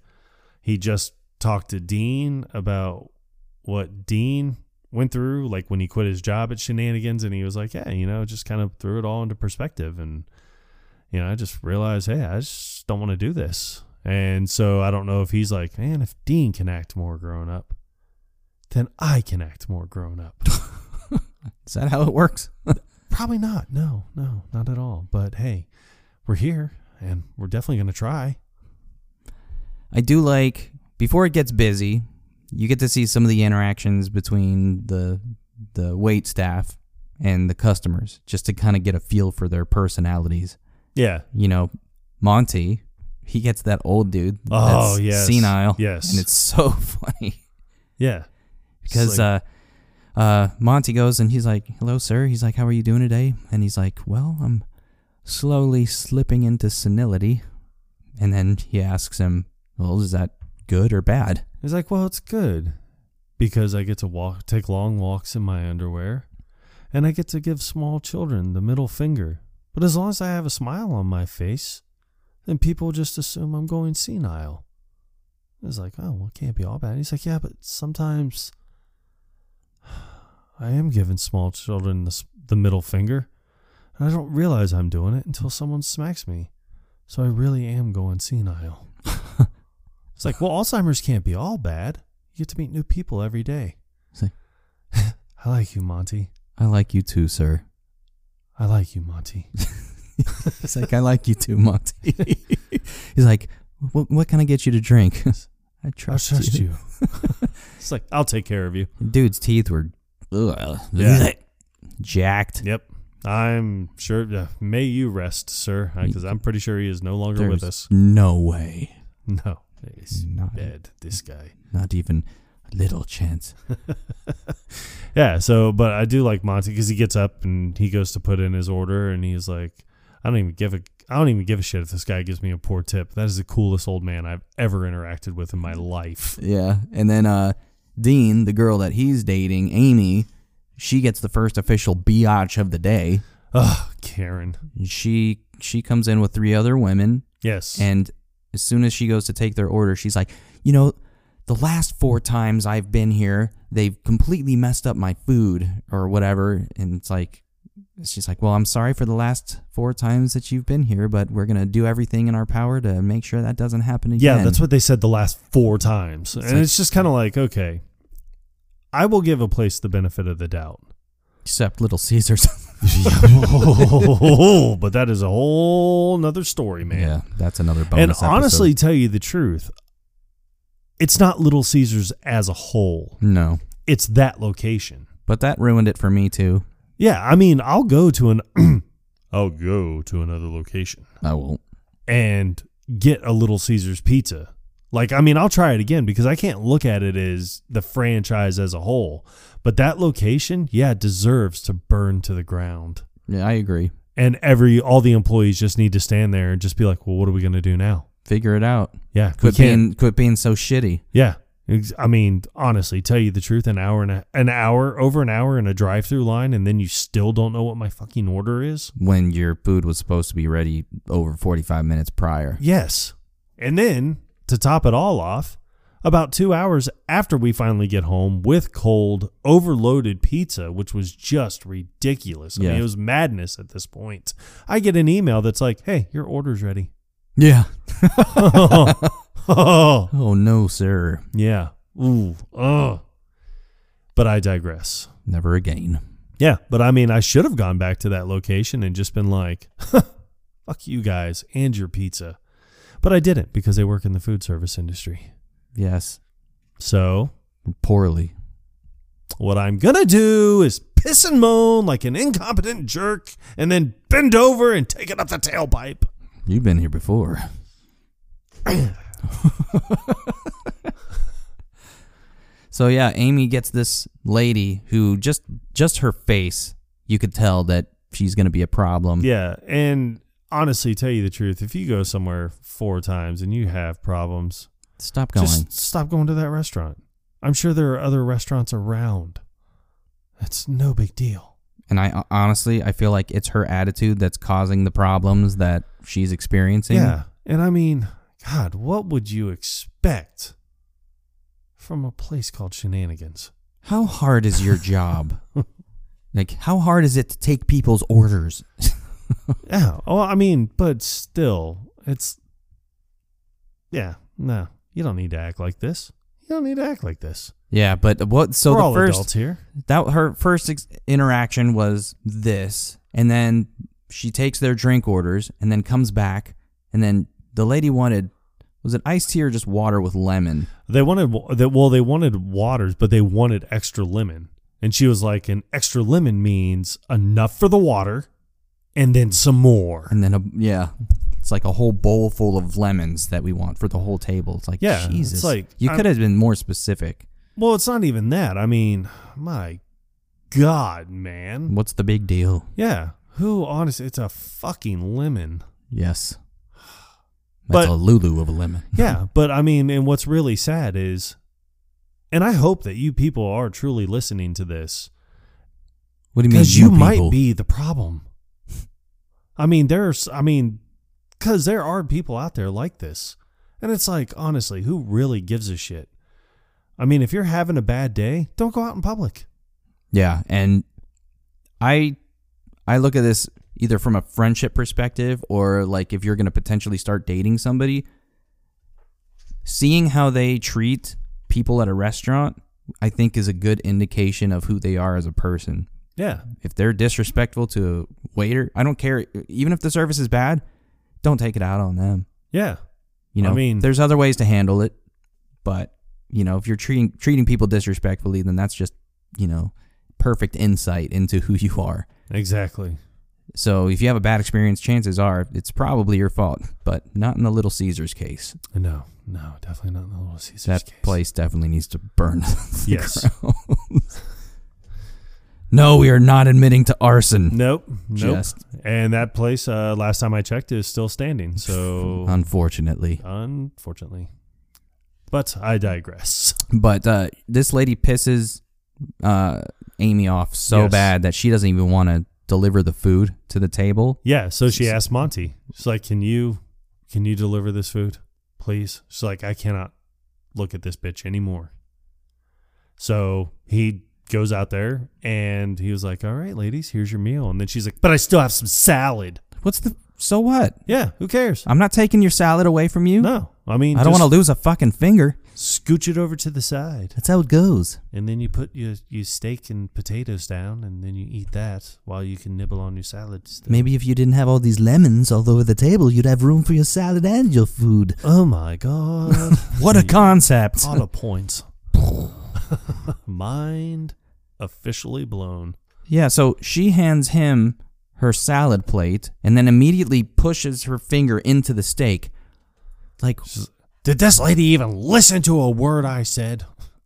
he just talked to Dean about what Dean went through, like when he quit his job at Shenanigans. And he was like, yeah, you know, just kind of threw it all into perspective. And, you know, I just realized, hey, I just don't want to do this. And so I don't know if he's like, man, if Dean can act more grown up, then I can act more grown up.
(laughs) Is that how it works? (laughs)
Probably not. No, no, not at all. But hey, we're here and we're definitely going to try.
I do like, before it gets busy, you get to see some of the interactions between the the wait staff and the customers just to kind of get a feel for their personalities.
Yeah.
You know, Monty, he gets that old dude
Oh,
that's
yes.
senile.
Yes.
And it's so (laughs) funny.
Yeah.
because uh, uh, Monty goes and he's like, "Hello, sir." He's like, "How are you doing today?" And he's like, "Well, I'm slowly slipping into senility." And then he asks him, "Well, is that good or bad?"
He's like, well, it's good because I get to walk, take long walks in my underwear, and I get to give small children the middle finger. But as long as I have a smile on my face, then people just assume I'm going senile. I was like, oh, well, it can't be all bad. He's like, yeah, but sometimes (sighs) I am giving small children the, s- the middle finger, and I don't realize I'm doing it until someone smacks me. So I really am going senile. It's like, well, Alzheimer's can't be all bad. You get to meet new people every day.
He's like,
(laughs) I like you, Monty.
"I like you too, sir."
I like you, (laughs) Monty.
He's like, "I like you too, Monty." (laughs) he's like, "What, what can I get you to drink?" (laughs) I trust,
I trust you. it's like, I'll take care of (laughs) you.
Dude's teeth were ugh,
Yeah.
jacked.
Yep. I'm sure. Uh, may you rest, sir, because I'm pretty sure he is no longer with
There's
us. (laughs)
no way.
No, it's
Not- e-,
bad. This guy.
Not even a little chance.
Yeah. So, but I do like Monty because he gets up and he goes to put in his order, and he's like, "I don't even give a, I don't even give a shit if this guy gives me a poor tip. That is the coolest old man I've ever interacted with in (laughs) my life."
Yeah. And then uh, Dean, the girl that he's dating, Amy, she gets the first official biatch of the day.
Ugh, Karen.
She she comes in with three other women,
Yes.
and as soon as she goes to take their order, she's like, you know, the last four times I've been here, they've completely messed up my food or whatever, and it's like. She's like, Well, I'm sorry for the last four times that you've been here, but we're going to do everything in our power to make sure that doesn't happen again.
yeah, that's what they said the last four times, and
like-
it's just kind of like, okay, I will give a place the benefit of
(laughs)
the doubt. (laughs)
Except Little Caesars. (laughs)
oh, but that is a whole nother story, man.
Yeah, that's another bonus.
and
episode.
honestly, tell you the truth, it's not Little Caesars as a whole.
no.
It's that location.
But that ruined it for me too.
Yeah, I mean, I'll go to an, (clears throat) I'll go to another location
I won't.
and get a Little Caesars pizza. Like, I mean, I'll try it again because I can't look at it as the franchise as a whole. But that location, yeah, it deserves to burn to the ground.
Yeah, I agree.
And every all the employees just need to stand there and just be like, well, what are we gonna do now?
Figure it out.
Yeah, we
Quit
can't-
being quit being so shitty.
Yeah. Ex- I mean, honestly, tell you the truth, an hour and a, an hour over an hour in a drive-through line, and then you still don't know what my fucking order is.
When your food was supposed to be ready over forty five minutes prior.
Yes, and then to top it all off, about two hours after we finally get home with cold, overloaded pizza, which was just ridiculous. I mean,
Yeah.
it was madness at this point. I get an email that's like, "Hey, your order's ready." (laughs)
Yeah.
oh,
Oh no, sir.
yeah. Ooh. Oh. But I digress.
Never again.
Yeah, but I mean, I should have gone back to that location and just been like, (laughs) fuck you guys and your pizza. But I didn't because they work in the food service industry.
Yes.
So,
Poorly.
what I'm going to do is piss and moan like an incompetent jerk and then bend over and take it up the tailpipe.
You've been here before. so yeah, Amy gets this lady who just just her face, you could tell that she's gonna be a problem.
Yeah, and honestly, tell you the truth, if you go somewhere four times and you have problems,
Stop going.
Just stop going to that restaurant. I'm sure there are other restaurants around. That's no big deal.
And I honestly, I feel like it's her attitude that's causing the problems that she's experiencing.
Yeah. And I mean, God, what would you expect from a place called Shenanigans?
How hard is your job? (laughs) like, how hard is it to take people's orders?
yeah. Oh, I mean, but still, it's. Yeah. No, you don't need to act like this. You don't need to act like this.
yeah, but what? So
We're
the
all
first
adults here.
that her first ex- interaction was this, and then she takes their drink orders, and then comes back, and then the lady wanted was it iced tea or just water with lemon?
They wanted wa- that. Well, they wanted waters, but they wanted extra lemon. And she was like, "An extra lemon means enough for the water, and then some more."
And then a yeah, it's like a whole bowl full of lemons that we want for the whole table. It's like
Yeah, it's
Jesus,
like,
you
I'm-
could have been more specific.
Well, it's not even that. I mean, my God, man.
What's the big deal?
Yeah. Who, honestly, it's a fucking lemon.
Yes, that's
But-
a Lulu of a lemon.
Yeah. But I mean, and what's really sad is, and I hope that you people are truly listening to this
What do you mean?
because you, might
people?
be the problem. I mean, there's, I mean, because there are people out there like this. And it's like, honestly, who really gives a shit? I mean, if you're having a bad day, don't go out in public.
Yeah, and I I look at this either from a friendship perspective or like if you're going to potentially start dating somebody, seeing how they treat people at a restaurant, I think is a good indication of who they are as a person.
Yeah.
If they're disrespectful to a waiter, I don't care even if the service is bad, don't take it out on them.
Yeah.
You
I
know,
mean-
there's other ways to handle it, but you know, if you're treating treating people disrespectfully, then that's just you know perfect insight into who you are.
Exactly.
So if you have a bad experience, chances are it's probably your fault, but not in the Little Caesars case.
No, No, definitely not in the Little Caesars
That
case.
place definitely needs to burn. (laughs) to the
Yes.
ground. no, we are not admitting to arson.
Nope. Nope.
Just
And that place, uh, last time I checked, is still
(laughs)
standing. So
unfortunately.
unfortunately. But I digress.
But uh, this lady pisses uh, Amy off so
Yes.
bad that she doesn't even want to deliver the food to the table.
Yeah, so she asked Monty. She's like, "Can you can you deliver this food, please?" She's like, "I cannot look at this bitch anymore." So he goes out there and he was like, "All right, ladies, here's your meal." And then she's like, "But I still have some salad."
What's the so what?
Yeah, who cares?
I'm not taking your salad away from you.
No, I mean,
I don't want
just
to lose a fucking finger.
scooch it over to the side,
That's how it goes.
and then you put your your steak and potatoes down, and then you eat that while you can nibble on your salad. still.
Maybe if you didn't have all these lemons all over the table, you'd have room for your salad and your food.
Oh
(laughs)
my god!
What a concept.
Auto points. (laughs) Mind officially blown.
(laughs) Yeah, so she hands him her salad plate and then immediately pushes her finger into the steak. Like,
Did this lady even listen to a word I said?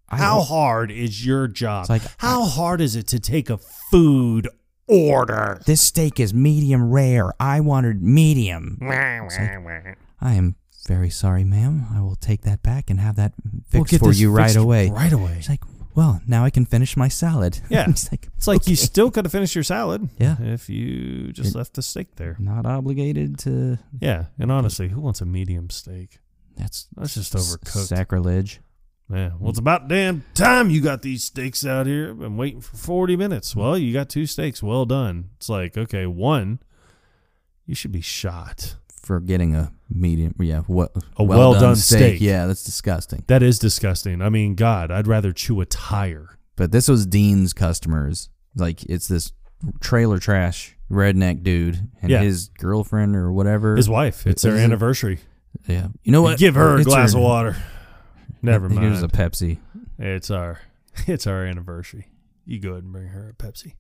I
How
don't-
hard is your job?
It's like-
How hard is it to take a food order?
this steak is medium rare. I wanted medium. I am very sorry, ma'am. I will take that back and have that
We'll
fixed
get
for
this
you right
fixed
away.
Right away.
She's like, well, now I can finish my salad. (laughs)
Yeah.
it's like,
It's like you
okay.
still could have finished your salad
Yeah.
if you just left the steak there.
not obligated to.
Yeah, and honestly, who wants a medium steak?
That's
That's just
s-
overcooked.
Sacrilege.
Yeah, well, it's about damn time you got these steaks out here. I've been waiting for 40 minutes. Well, you got two steaks. Well done. It's like, okay, one, you should be shot.
for getting a medium, yeah, what
A well-done steak.
Yeah, that's disgusting.
That is disgusting. I mean, God, I'd rather chew a tire.
But this was Dean's customers. Like it's this trailer trash redneck dude and
Yeah.
his girlfriend or whatever.
His wife, it's their
Is it-
anniversary.
yeah, you know what?
Give her a
It's
glass of water. Never
Here's
mind.
a Pepsi.
it's our (laughs) it's our anniversary. You go ahead and bring her a Pepsi.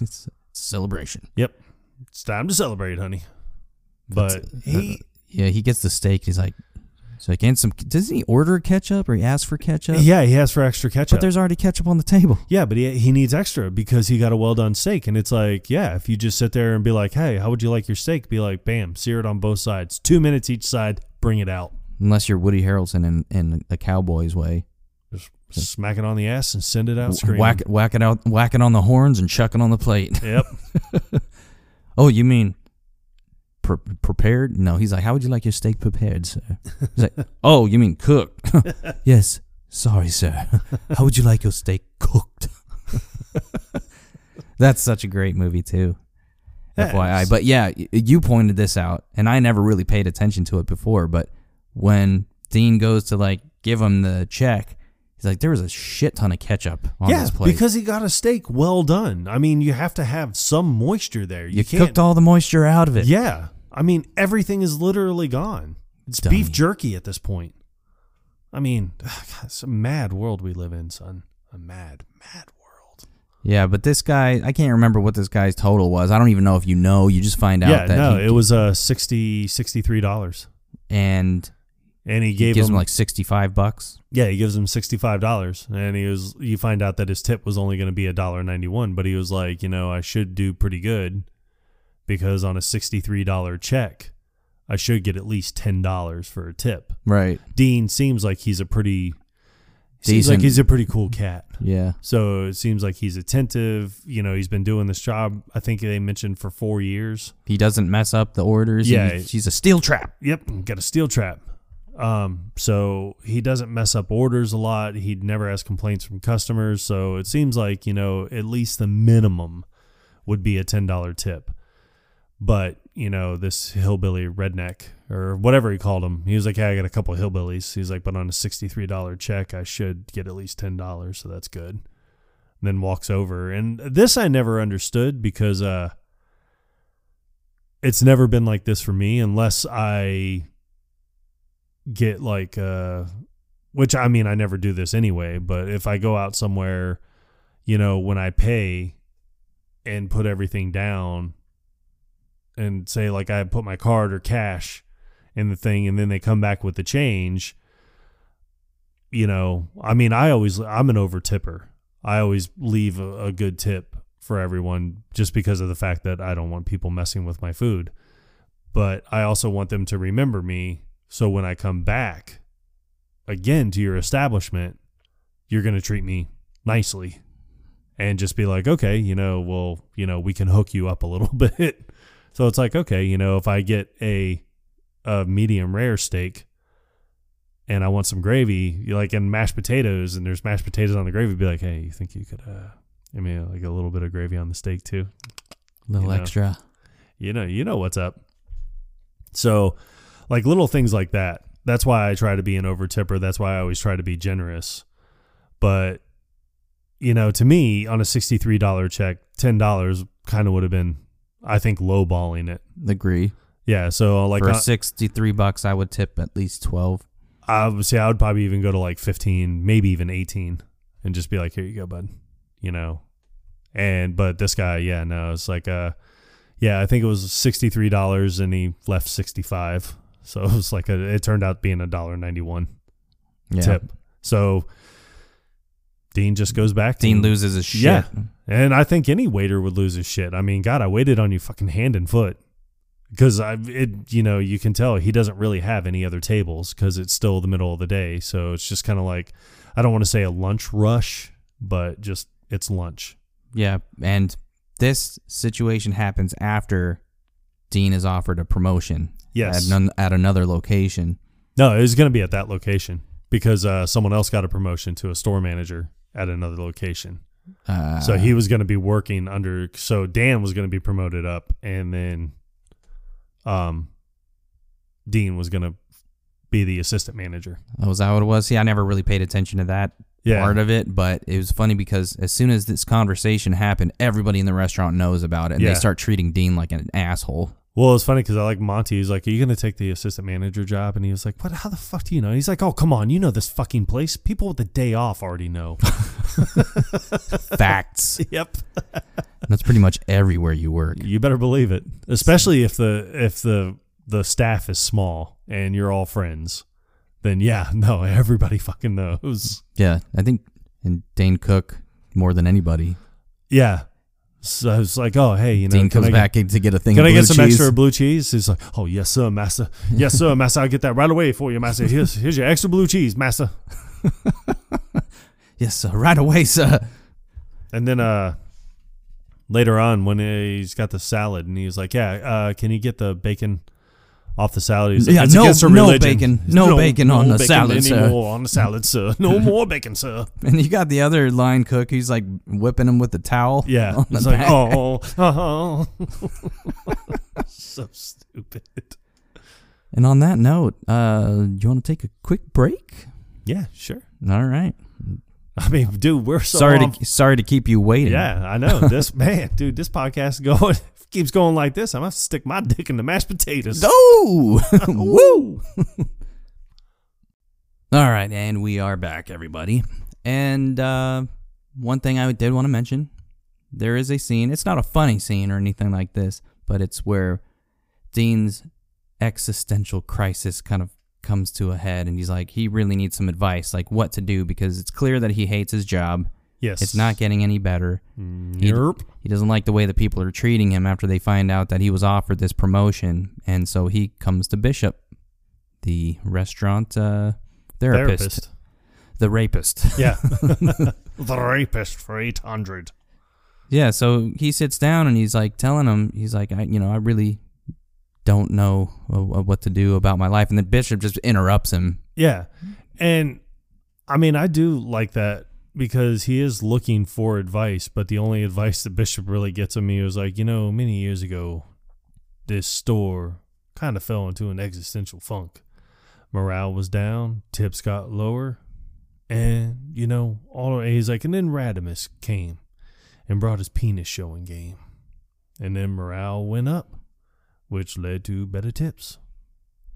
it's a celebration.
Yep. It's time to celebrate, honey. But
That's-
he
Uh, Yeah, he gets the steak. He's like, so I can some. Doesn't he order ketchup or he asks for ketchup?
yeah, he asked for extra ketchup.
But there's already ketchup on the table.
Yeah, but he, he needs extra because he got a well done steak. And it's like, yeah, if you just sit there and be like, hey, how would you like your steak? Be like, bam, sear it on both sides. Two minutes each side, bring it out.
Unless you're Woody Harrelson in, in a cowboy's way.
Just smack it on the ass and send it out
Wh-
screaming.
Whack, it- whack it out, whack it on the horns and chuck it on the plate.
Yep.
(laughs) Oh, you mean pre- prepared? No, he's like, how would you like your steak prepared, sir? He's
(laughs)
like, oh, you mean cooked? yes. Sorry, sir. how would you like your steak cooked? (laughs) That's such a great movie too.
Yeah,
FYI,
it's-
but yeah, y- you pointed this out, and I never really paid attention to it before. But when Dean goes to like give him the check, he's like, "There was a shit ton of ketchup on
yeah,
this plate.
because he got a steak well done. I mean, you have to have some moisture there. You,
you,
can't.
cooked all the moisture out of it."
yeah. I mean, everything is literally gone. It's
Dummy.
beef jerky at this point. I mean, (sighs) God, it's a mad world we live in, son. A mad, mad world.
Yeah, but this guy, I can't remember what this guy's total was. I don't even know if you know. You just find out
yeah,
that
no,
he,
it was uh 60 dollars,
and
and he
he
gave
gives
him,
him like 65 bucks.
yeah, he gives him sixty five dollars, and he was you find out that his tip was only going to be a dollar ninety one, but he was like, you know, I should do pretty good because on a sixty three dollar check, I should get at least ten dollars for a tip.
Right.
Dean seems like he's a pretty seems
Decent.
like he's a pretty cool cat.
Yeah.
So it seems like he's attentive. You know, he's been doing this job. I think they mentioned for four years.
He doesn't mess up the orders.
Yeah.
He, he's a steel trap.
Yep, got a steel trap. Um, so he doesn't mess up orders a lot. He never has complaints from customers. So it seems like you know at least the minimum would be a ten dollar tip. But you know this hillbilly redneck or whatever he called him, he was like, "Hey, I got a couple of hillbillies." He's like, "But on a sixty-three dollar check, I should get at least ten dollars, so that's good." And then walks over, and this I never understood because uh, it's never been like this for me unless I get like uh which I mean I never do this anyway, but if I go out somewhere, you know, when I pay and put everything down and say like I put my card or cash in the thing and then they come back with the change you know, I mean, I always I'm an over tipper. I always leave a, a good tip for everyone just because of the fact that I don't want people messing with my food. But I also want them to remember me so when I come back again to your establishment, you're going to treat me nicely and just be like, "Okay, you know, well, you know, we can hook you up a little (laughs) bit." So it's like, "Okay, you know, if I get a a medium rare steak, and I want some gravy, you like and mashed potatoes, and there's mashed potatoes on the gravy, be like, hey, you think you could, uh, I mean, like a little bit of gravy on the steak too?
little
You know.
extra.
You know, you know what's up. So, like little things like that. That's why I try to be an over tipper. That's why I always try to be generous. But, you know, to me, on a $63 check, $10 kind of would have been, I think, lowballing it.
Agree.
Yeah. So, like,
For
I-
sixty-three bucks, I would tip at least twelve.
I would say I would probably even go to like 15, maybe even 18, and just be like, here you go, bud. You know? And, but this guy, yeah, no, it's like, uh, yeah, I think it was $63 and he left 65. So it was like, a, it turned out being a dollar 91
Yeah.
tip. So Dean just goes back.
Dean
and,
loses his shit.
Mm. Yeah. And I think any waiter would lose his shit. I mean, God, I waited on you fucking hand and foot. Because I, it, you know, you can tell he doesn't really have any other tables because it's still the middle of the day. So it's just kind of like, I don't want to say a lunch rush, but just it's lunch.
Yeah, and this situation happens after Dean is offered a promotion.
Yes.
At, none, at another location.
No, it was going to be at that location because uh, someone else got a promotion to a store manager at another location.
Uh,
So he was going to be working under. So Dan was going to be promoted up, and then, um, Dean was going to be the assistant manager.
oh, was that what it was? See, I never really paid attention to that
Yeah,
part of it, but it was funny because as soon as this conversation happened, everybody in the restaurant knows about it, and
Yeah.
they start treating Dean like an
(laughs)
asshole.
Well, it's funny because I like Monty. He's like, "Are you going to take the assistant manager job?" And he was like, "What? How the fuck do you know?" He's like, "Oh, come on, you know this fucking place. People with a day off already know."
Facts.
yep,
That's pretty much everywhere you work.
you better believe it. Especially if the if the the staff is small and you're all friends, then yeah, (laughs) no, everybody fucking knows.
Yeah, I think and Dane Cook more than anybody.
Yeah, so it's like, oh hey, you know,
Dean
can
comes
I get-
back in to get a thing.
Can
of
I
blue
get some
cheese.
extra blue cheese? He's like, oh yes, sir, master. Yes, sir, master. I'll get that right away for you, master. Here's here's your extra blue cheese, master.
Yes, sir. Right away, sir.
And then uh, later on, when he's got the salad, and he's like, yeah, uh, can you get the bacon off the salad? He's like,
Yeah,
"It's
no-
against our
no
religion."
bacon. No bacon on the salad, sir."
anymore On the salad, sir.
(laughs)
No more bacon, sir.
And you got the other line cook who's like whipping him with the towel. (laughs)
Yeah,
on the
it's like,
back.
oh, oh, oh. (laughs) so stupid.
And on that note, uh, you want to take a quick break?
Yeah, sure.
All right.
(laughs) I mean, dude, we're so
sorry
on
to sorry to keep you waiting.
Yeah, I know. This (laughs) man, dude, this podcast going (laughs) keeps going like this. I'm gonna stick my dick in the mashed potatoes.
(laughs) Oh, woo! (laughs) All right, and we are back, everybody. And uh, one thing I did want to mention: there is a scene. It's not a funny scene or anything like this, but it's where Dean's existential crisis kind of comes to a head, and he's like, he really needs some advice, like what to do, because it's clear that he hates his job.
Yes,
It's not getting any better.
Nope.
He doesn't like the way that people are treating him after they find out that he was offered this promotion, and so he comes to Bishop, the restaurant uh, therapist,
Therapist.
the rapist. (laughs)
Yeah, (laughs) the rapist for eight hundred.
yeah, so he sits down and he's like telling him, he's like, I, you know, I really don't know uh, what to do about my life, and then Bishop just interrupts him.
Yeah, and I mean, I do like that because he is looking for advice, but the only (laughs) advice the bishop really gets him, he was like, you know, many years ago, this store kind of fell into an existential funk. Morale was down, tips got lower, and you know, all he's like, and then Radimus came and brought his penis showing game, and then morale went up, which led to better tips.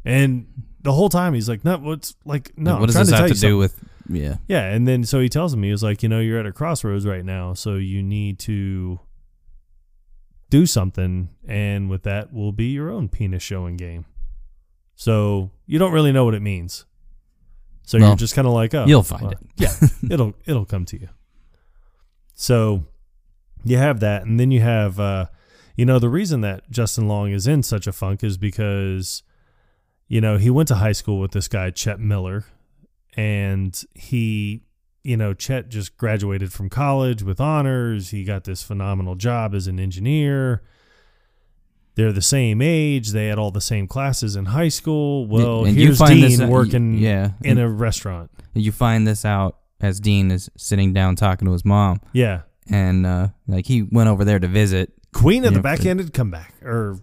And the whole time he's like, no, what's like, no,
Like,
I'm
what does
trying
this
to
have
tell
to do
you something."
with? Yeah,
Yeah, and then so he tells him he was like, you know, you're at a crossroads right now, so you need to do something, and with that will be your own penis showing game. So you don't really know what it means, So
Well,
you're just kind of like, oh,
You'll find
well,
it. (laughs)
it'll it'll come to you. So you have that, and then you have uh, you know the reason that Justin Long is in such a funk is because you know he went to high school with this guy Chet Miller, and he you know Chet just graduated from college with honors. He got this phenomenal job as an engineer. They're the same age. They had all the same classes in high school. Well,
and you
here's
find
Dean
this- uh,
working
yeah,
in a restaurant.
you find this out as Dean is sitting down talking to his mom,
Yeah.
and uh, like he went over there to visit.
Queen of
Yeah,
the
but-
backhanded comeback or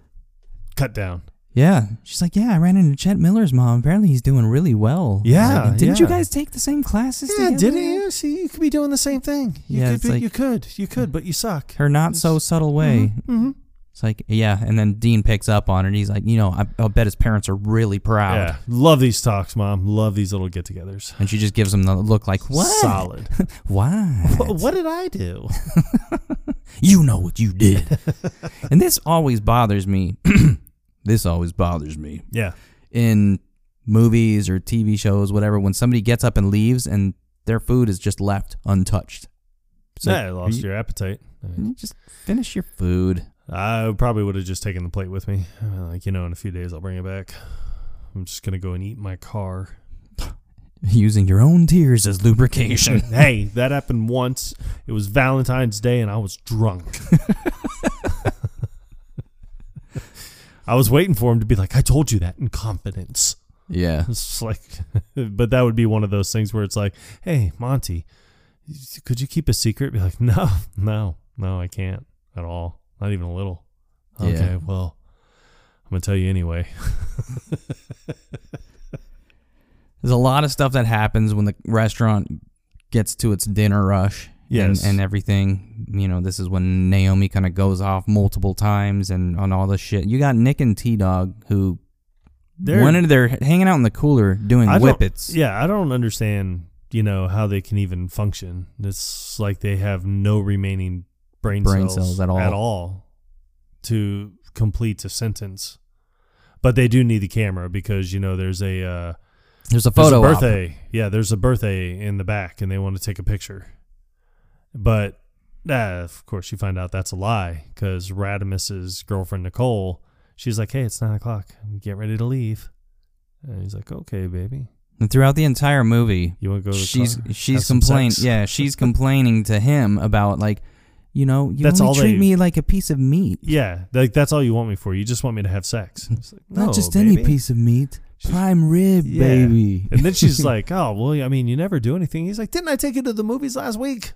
cut down.
Yeah, she's like, yeah, I ran into Chet Miller's mom. Apparently, he's doing really well.
Yeah,
Like, didn't you
yeah.
guys take the same classes?
Yeah,
together?"
didn't you? See, you could be doing the same thing. You
Yeah,
could
it's
be,
like-
you could, you could, but you suck.
Her not so subtle way.
Mhm.
It's like, yeah, and then Dean picks up on it. And he's like, you know, I, I'll bet his parents are really proud.
Yeah, love these talks, mom. Love these little get-togethers.
And she just gives him the look like, what? (laughs)
Solid.
Why?
Wha- (laughs) what did I do?
You know what you
(laughs)
did. and this always bothers me. (clears throat) this always bothers me
Yeah,
in movies or TV shows, whatever, when somebody gets up and leaves and their food is just left untouched. It's
yeah, I
like,
lost
you- Mm-hmm.
your appetite. I, mean,
Just finish your food. (laughs)
I probably would have just taken the plate with me. Uh, Like you know, in a few days I'll bring it back. I'm just gonna go and eat in my car.
Using your own tears as
(laughs)
lubrication.
hey, that happened once. It was Valentine's Day and I was
(laughs)
drunk. I was waiting for him to be like, I told you that in confidence.
yeah.
It's just like, (laughs) but that would be one of those things where it's like, hey, Monty, could you keep a secret? Be like, (laughs) no, no, no, I can't at all. Not even a little.
Yeah.
Okay, well, I'm going to tell you anyway.
There's a lot of stuff that happens when the restaurant gets to its dinner rush
Yes.
and, and everything. You know, this is when Naomi kind of goes off multiple times and on all this shit. You got Nick and T Dog who
They're-
went into there hanging out in the cooler doing
I don't-
whippets.
Yeah, I don't understand, you know, how they can even function. It's like they have no remaining brain,
Brain
cells,
cells at all.
at all to complete a sentence. But they do need the camera because you know there's a uh,
There's a
there's
photo
a
op.
birthday. Yeah, there's a birthday in the back, and they want to take a picture. But ah, of course, you find out that's a lie because Radimus's girlfriend Nicole, she's like, "Hey, it's nine o'clock. Get ready to leave." And he's like, "Okay, baby."
And throughout the entire movie,
You want to go? To the
she's
car, have
she's
some
complaining.
sex?
Yeah,
(laughs)
she's complaining to him about like, you know, you
That's
only
all
treat
they-
me like a piece of meat,
yeah. Like that's all you want me for. You just want me to have sex. It's like,
not
"No,
just any
baby."
piece of meat, prime rib,
Yeah.
baby.
And
(laughs)
then she's like, "Oh well, I mean, you never do anything." He's like, "Didn't I take you to the movies last week?"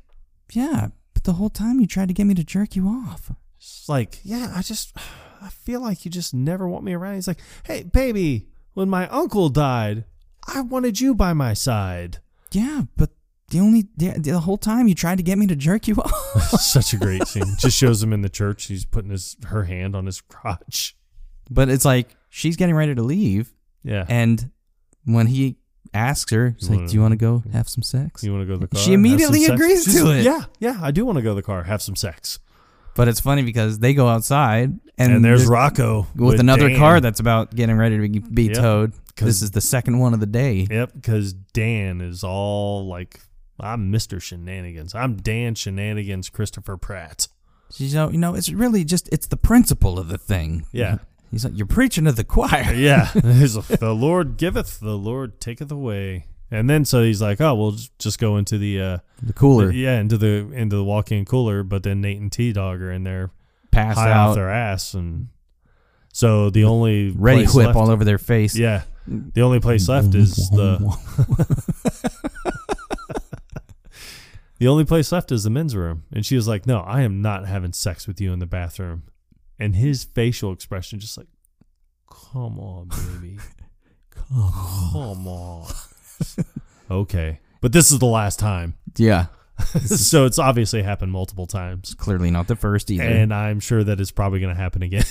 Yeah, but the whole time you tried to get me to jerk you off.
She's like, "Yeah, I just, (sighs) I feel like you just never want me around." He's like, "Hey, baby, when my uncle died, I wanted you by my side."
Yeah, but the only the, the whole time you tried to get me to jerk you (laughs) off.
Such a great scene. Just shows him in the church. He's putting his her hand on his crotch.
but it's like she's getting ready to leave,
Yeah.
and when he asks her, he's
You
like,
wanna-
"Do you want to go have some sex?"
you want to go to the car?
She
have some
immediately
sex?"
agrees
She's-
to it.
Yeah, yeah, I do want to go to the car, have some sex.
But it's funny because they go outside and,
and there's
they're-
Rocco
with, another
Dan.
car that's about getting ready to be, be
Yep.
towed.
'Cause-
This is the second one of the day.
Yep, because Dan is all like, "I'm Mister Shenanigans. I'm Dan Shenanigans, Christopher Pratt."
You know, you know, it's really just it's the principle of the thing.
Yeah,
He's like, you're preaching to the choir.
yeah. (laughs) He's like, the Lord giveth, the Lord taketh away. And then so he's like, "Oh, we'll j- just go into the uh,
The cooler
yeah, into the into the walk-in cooler." But then Nate and T Dog are in there,
passed
high off
out,
their ass, and so the only
ready
place
whip
left-
all over their face.
Yeah, the only place left is the The only place left is the men's room. And she was like, No, I am not having sex with you in the bathroom. And his facial expression just like, Come on,
(laughs)
baby. Come on. okay. But this is the
(laughs)
last time.
(laughs) yeah.
so it's obviously happened multiple times.
Clearly not the first either.
And I'm sure that it's probably going to happen again.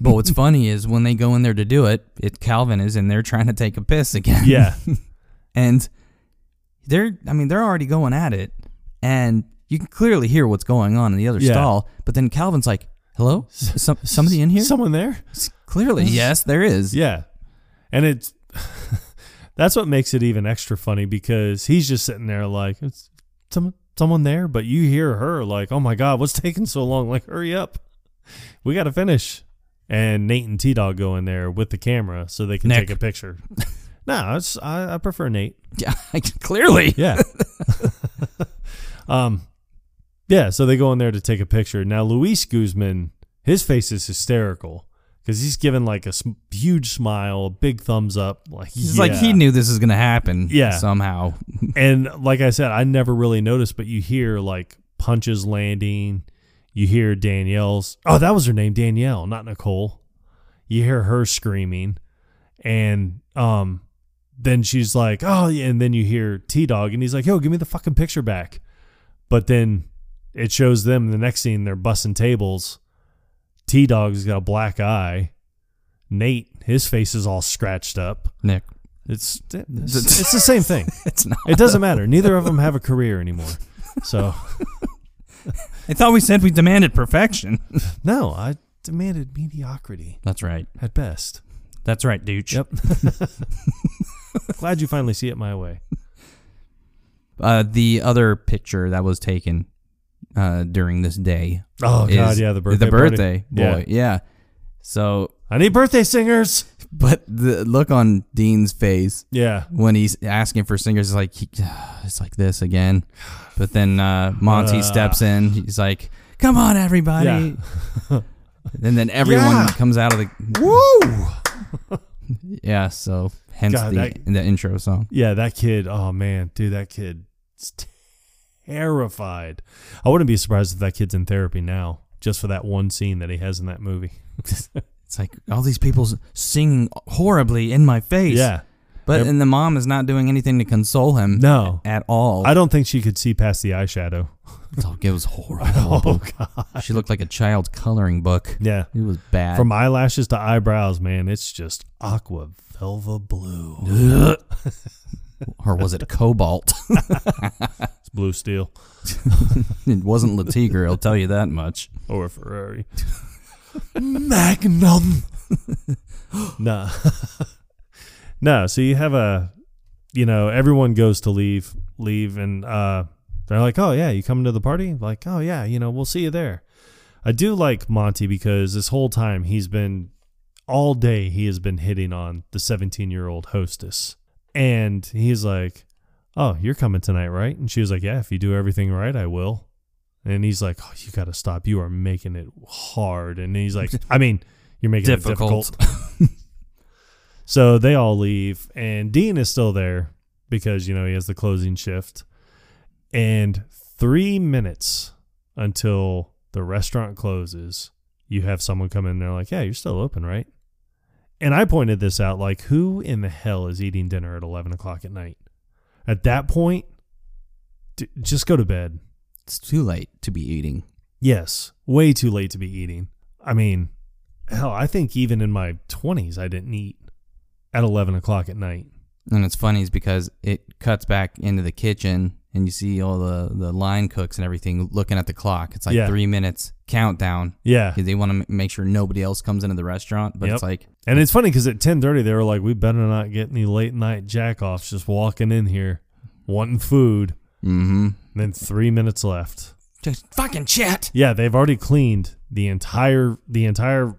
but what's funny is when they go in there to do it, it Calvin is in there trying to take a piss again.
(laughs) yeah.
and they're I mean they're already going at it, and you can clearly hear what's going on in the other
Yeah.
stall. But then Calvin's like, "Hello, S- some, somebody in here?"
Someone there?
Clearly, yes, there is.
Yeah. And it's (laughs) that's what makes it even extra funny because he's just sitting there like it's someone someone there, but you hear her like, "Oh my god, what's (laughs) taking so long? Like, hurry up, we got to finish." And Nate and T Dog go in there with the camera so they can
Nick.
take a picture. (laughs) no, it's, I, I prefer Nate.
(laughs) Yeah, (laughs) clearly.
Yeah. (laughs) um, yeah. So they go in there to take a picture. Now Luis Guzman, his face is hysterical because he's given like a sm- huge smile, a big thumbs up. Like
It's
yeah.
like he knew this was gonna happen.
Yeah.
somehow.
And like I said, I never really noticed, but you hear like punches landing. You hear Danielle's. Oh, that was her name, Danielle, not Nicole. You hear her screaming, and um, then she's like, "Oh," yeah," and then you hear T Dog, and he's like, "Yo, give me the fucking picture back." But then it shows them the next scene. They're bussing tables. T Dog's got a black eye. Nate, his face is all scratched up.
Nick, (laughs)
It's it's, it's the same thing.
it's not.
It doesn't matter. Neither of them have a career anymore. So (laughs)
I thought we said we demanded perfection. (laughs)
no, I demanded mediocrity
That's right.
at best.
That's right, douche.
Yep. (laughs) Glad you finally see it my way.
Uh, the other picture that was taken uh, during this day.
Oh God,
is
yeah, the birthday.
The
party.
birthday boy. Yeah.
Yeah.
So,
I need birthday singers.
but the look on Dean's face
Yeah.
when he's asking for singers is like he, (sighs) it's like this again. But then uh, Monty
Uh.
steps in. He's like, "Come on, everybody!" (laughs) and then everyone
Yeah.
comes out of the
Woo.
yeah. So hence
God,
the
that-
the intro song.
Yeah, that kid. Oh man, dude, that kid's terrified. I wouldn't be surprised if that kid's in therapy now, just for that one scene that he has in that movie. (laughs)
It's like all these people s- singing horribly in my face.
yeah.
But and the mom is not doing anything to console him
(laughs) No.
at all.
I don't think she could see past the eyeshadow.
Oh, it was horrible.
(laughs) Oh God.
She looked like a child's coloring book.
Yeah.
It was bad.
From eyelashes to eyebrows, man, it's just aqua velva blue.
or was it cobalt?
It's blue steel
it wasn't Latiger, I'll tell you that
(laughs)
much.
or a Ferrari. Magnum. no. (laughs) no, so you have a you know, everyone goes to leave leave and uh they're like, "Oh yeah, you coming to the party?" Like, "Oh yeah, you know, we'll see you there." I do like Monty because this whole time he's been all day he has been hitting on the 17-year-old hostess. And he's like, "Oh, you're coming tonight, right?" And she was like, "Yeah, if you do everything right, I will." And he's like, "Oh, you got to stop. You are making it hard." And he's like, "I mean, you're making
Difficult.
it difficult." so they all leave and Dean is still there because, you know, he has the closing shift. And 3 minutes until the restaurant closes, you have someone come in there like, "Yeah, you're still open, right?" And I pointed this out like, who in the hell is eating dinner at 11 o'clock at night? At that point, d- just go to bed.
It's too late to be eating.
Yes, way too late to be eating. I mean, hell, I think even in my 20s, I didn't eat at 11 o'clock at night.
And it's funny is because it cuts back into the kitchen and you see all the, the line cooks and everything looking at the clock. It's like
Yeah.
three minutes countdown
Yeah.
because they want to m- make sure nobody else comes into the restaurant. But
Yep.
it's like,
And it's funny because at 10.30, they were like, we better not get any late night jack offs just walking in here wanting food.
mm-hmm.
And then three minutes left.
Just fucking chat.
Yeah, they've already cleaned the entire the entire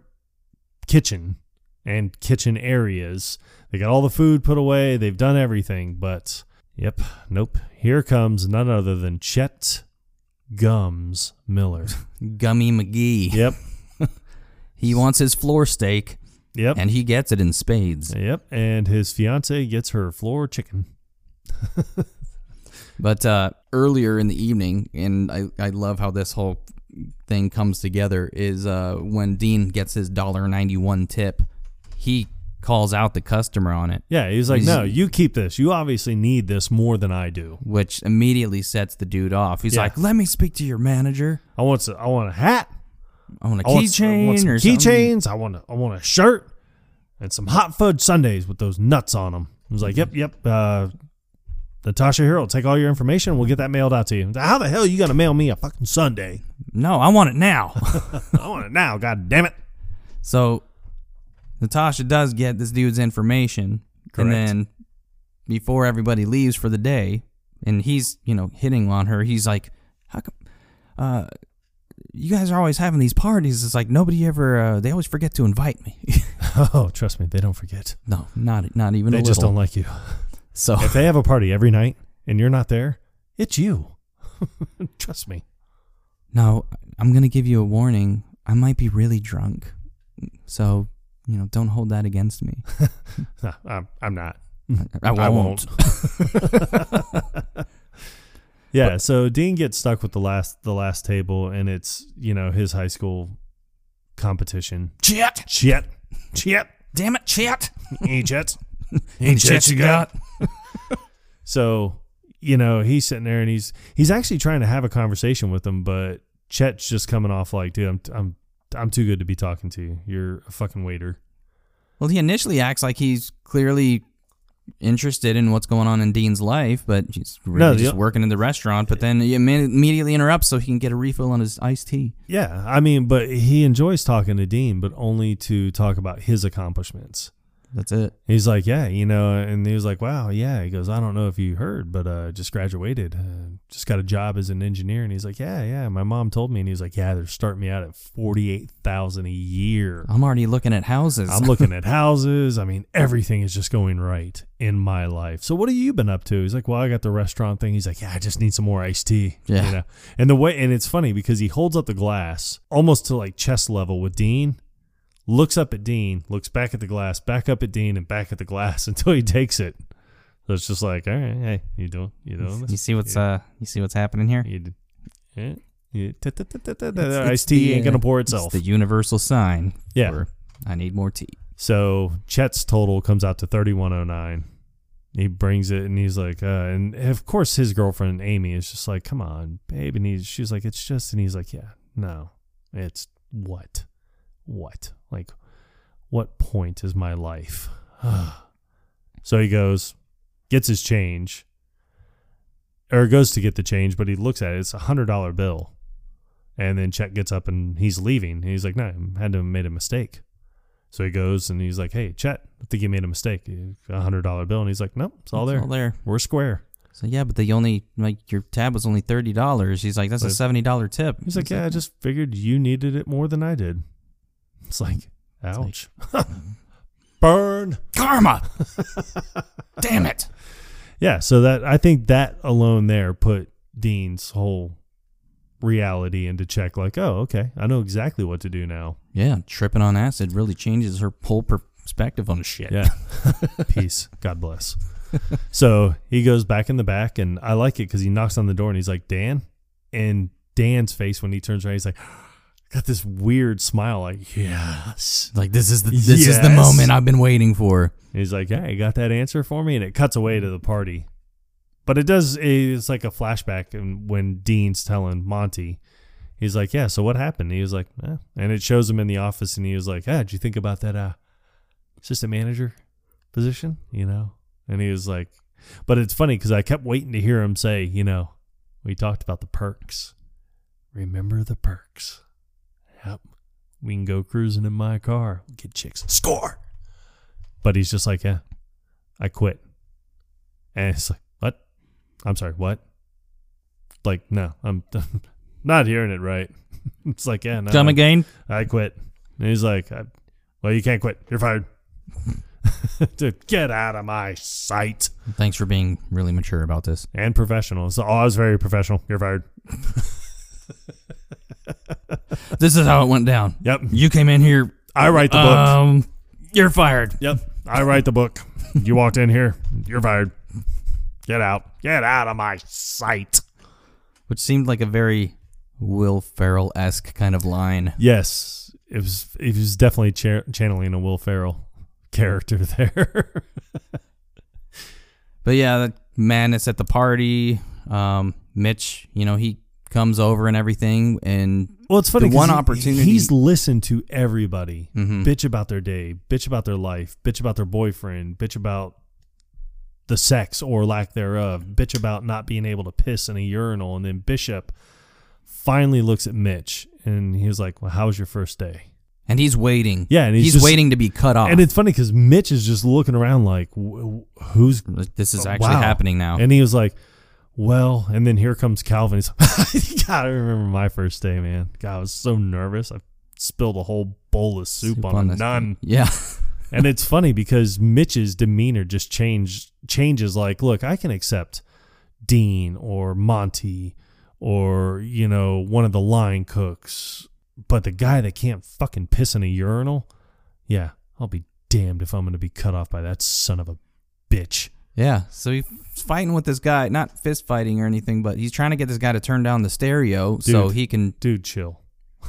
kitchen and kitchen areas. They got all the food put away. They've done everything, but yep, nope. Here comes none other than Chet Gums Miller. (laughs)
Gummy McGee.
Yep,
He wants his floor steak
yep,
and he gets it in spades.
yep. And his fiance gets her floor chicken.
But uh, earlier in the evening, and I, I love how this whole thing comes together, is uh, when Dean gets his $1.91 tip, he calls out the customer on it,
Yeah, he's like, no, you keep this. You obviously need this more than I do.
which immediately sets the dude off. He's
Yeah.
like, let me speak to your manager.
I want s- I want a hat.
I want a
I want s- I want
keychain
some
or something.
keychains. I want a, I want a shirt and some hot fudge sundaes with those nuts on them. I was like, yep, yep. Uh, Natasha here will take all your information. We'll get that mailed out to you. How the hell you gonna mail me a fucking Sunday?
No, I want it now. (laughs)
I want it now. God damn it.
so Natasha does get this dude's information.
Correct.
And then before everybody leaves for the day, and he's you know hitting on her. He's like, "How come? Uh, you guys are always having these parties. It's like nobody ever. Uh, they always forget to invite me.
(laughs)
(laughs)
Oh, trust me, they don't forget.
no, not not even
They
a
just
little.
don't like you.
so
if they have a party every night and you're not there, it's you. (laughs) trust me. (laughs)
now I'm gonna give you a warning. I might be really drunk, so you know don't hold that against me.
Nah, I'm, I'm not.
I,
(laughs) I won't.
(laughs)
Yeah, so Dean gets stuck with the last the last table, and it's you know his high school competition.
Chet,
Chet, Chet,
damn it, Chet. (laughs)
any Chet, any
Chet you got?
(laughs) So you know he's sitting there, and he's he's actually trying to have a conversation with him, but Chet's just coming off like, dude, I'm I'm I'm too good to be talking to you. You're a fucking waiter.
Well, he initially acts like he's clearly interested in what's going on in Dean's life, but he's really
No, the-
just working in the restaurant. But then he imme- immediately interrupts so he can get a refill on his iced tea.
Yeah, I mean, but he enjoys talking to Dean, but only to talk about his accomplishments.
That's it.
He's like, yeah, you know, and he was like, wow, yeah. He goes, I don't know if you heard, but uh, just graduated, uh, just got a job as an engineer. And he's like, yeah, yeah. My mom told me, and he's like, yeah, they're starting me out at forty eight thousand a year.
I'm already looking at houses.
I'm looking at houses. I mean, everything is just going right in my life. So, what have you been up to? He's like, well, I got the restaurant thing. He's like, yeah, I just need some more iced tea.
Yeah.
You know? And the way, and it's funny because he holds up the glass almost to like chest level with Dean, looks up at Dean, looks back at the glass, back up at Dean, and back at the glass (laughs) until he takes it. So it's just like, all right, hey, you doing, you
(laughs)
doing
you
this?
see what's uh, you see what's happening here.
You, d- yeah, yeah. Ta- ta- ta- ta- ta-
It's-
ta-
it's
Iced tea
the,
ain't gonna
uh,
pour
It's
itself.
the universal sign.
Yeah.
for, I need more tea.
So Chet's total comes out to thirty one oh nine. He brings it and he's like, uh, and of course his girlfriend Amy is just like, come on, babe, and he's she's like, it's just, and he's like, yeah, no, it's what, what, like, what point is my life? (sighs) so he goes, gets his change, or goes to get the change, but he looks at it, it's a hundred dollar bill, and then Chet gets up and he's leaving, and he's like, no, I had to have made a mistake. So he goes and he's like, "Hey, Chet, I think you made a mistake. A hundred dollar bill." And he's like, "Nope, it's all
It's
there.
all there.
We're square."
So yeah, but the only like your tab was only thirty dollars. He's like, that's a
But-
seventy dollar tip.
He's like, "Yeah, I just figured you needed it more than I did." It's like, mm-hmm. ouch, (laughs) burn. (laughs)
karma. Damn it.
Yeah. So that I think that alone there put Dean's whole reality into check. Like, oh, okay, I know exactly what to do now.
Yeah, tripping on acid really changes her whole perspective on shit.
Yeah. (laughs) Peace. God bless. so he goes back in the back, and I like it because he knocks on the door and he's like, Dan? And Dan's face when he turns around, he's like, (gasps) got this weird smile, like, yes.
Like this is the this is the
Yes. Uh-huh.
moment I've been waiting for.
And he's like, hey, you got that answer for me? And it cuts away to the party. But it does, it's like a flashback and when Dean's telling Monty, he's like, yeah, so what happened? he was like, eh. and it shows him in the office, and he was like, ah, did you think about that uh, assistant manager position? You know? And he was like, but it's funny because I kept waiting to hear him say, you know, we talked about the perks. Remember the perks. Yep. We can go cruising in my car, get chicks, score. But he's just like, yeah, I quit. And it's like, what? I'm sorry, what? Like, no, I'm (laughs) not hearing it right. (laughs) it's like, yeah, no.
Dumb
I-
again.
I quit. And he's like, I- well, you can't quit. You're fired. (laughs) Dude, get out of my sight.
Thanks for being really mature about this.
And professional. So, oh, I was very professional. You're fired.
This is how it went down.
Yep.
You came in here.
I write the book.
Um, you're fired.
Yep. I write the book. You walked in here. You're fired. Get out. Get out of my sight.
Which seemed like a very Will Ferrell esque kind of line.
Yes. It was, it was definitely cha- channeling a Will Ferrell character (laughs) there.
But yeah, the madness at the party. Um, Mitch, you know, he comes over and everything, and
Well, it's funny.
The
'cause
one
he-
opportunity-
he's listened to everybody
Mhm.
bitch about their day, bitch about their life, bitch about their boyfriend, bitch about the sex or lack thereof, bitch about not being able to piss in a urinal, and then Bishop finally looks at Mitch and he was like, "Well, how was your first day?"
and he's waiting.
Yeah, and he's
he's
just-
waiting to be cut off.
And it's funny because Mitch is just looking around like, "Wh- wh- who's
Like, this is actually
Oh, wow."
happening now.
And he was like, well, and then here comes Calvin. He's like, (laughs) God, I remember my first day, man. God, I was so nervous. I spilled a whole bowl of soup,
Soup
on,
on
a
this-
nun.
yeah, (laughs)
and it's funny because Mitch's demeanor just changed changes like, look, I can accept Dean or Monty or, you know, one of the line cooks, but the guy that can't fucking piss in a urinal, yeah, I'll be damned if I'm gonna be cut off by that son of a bitch.
yeah. So he's fighting with this guy, not fist fighting or anything, but he's trying to get this guy to turn down the stereo so
Dude.
he can.
Dude, chill.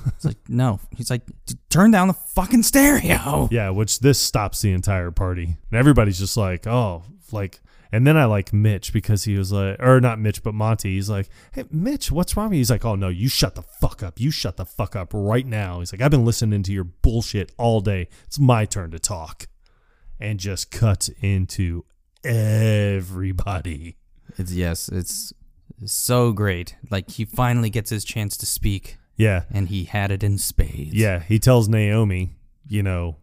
It's like no, he's like "D- turn down the fucking
(laughs)
stereo.
Yeah, which this stops the entire party. And everybody's just like, oh, like. And then I like Mitch because he was like, or not Mitch, but Monty. He's like, hey, Mitch, what's wrong with you? He's like, oh, no, you shut the fuck up. You shut the fuck up right now. He's like, I've been listening to your bullshit all day. It's my turn to talk. And just cuts into everybody.
It's yes, it's so great. Like he finally gets his chance to speak,
Yeah.
and he had it in spades.
Yeah. He tells Naomi, you know,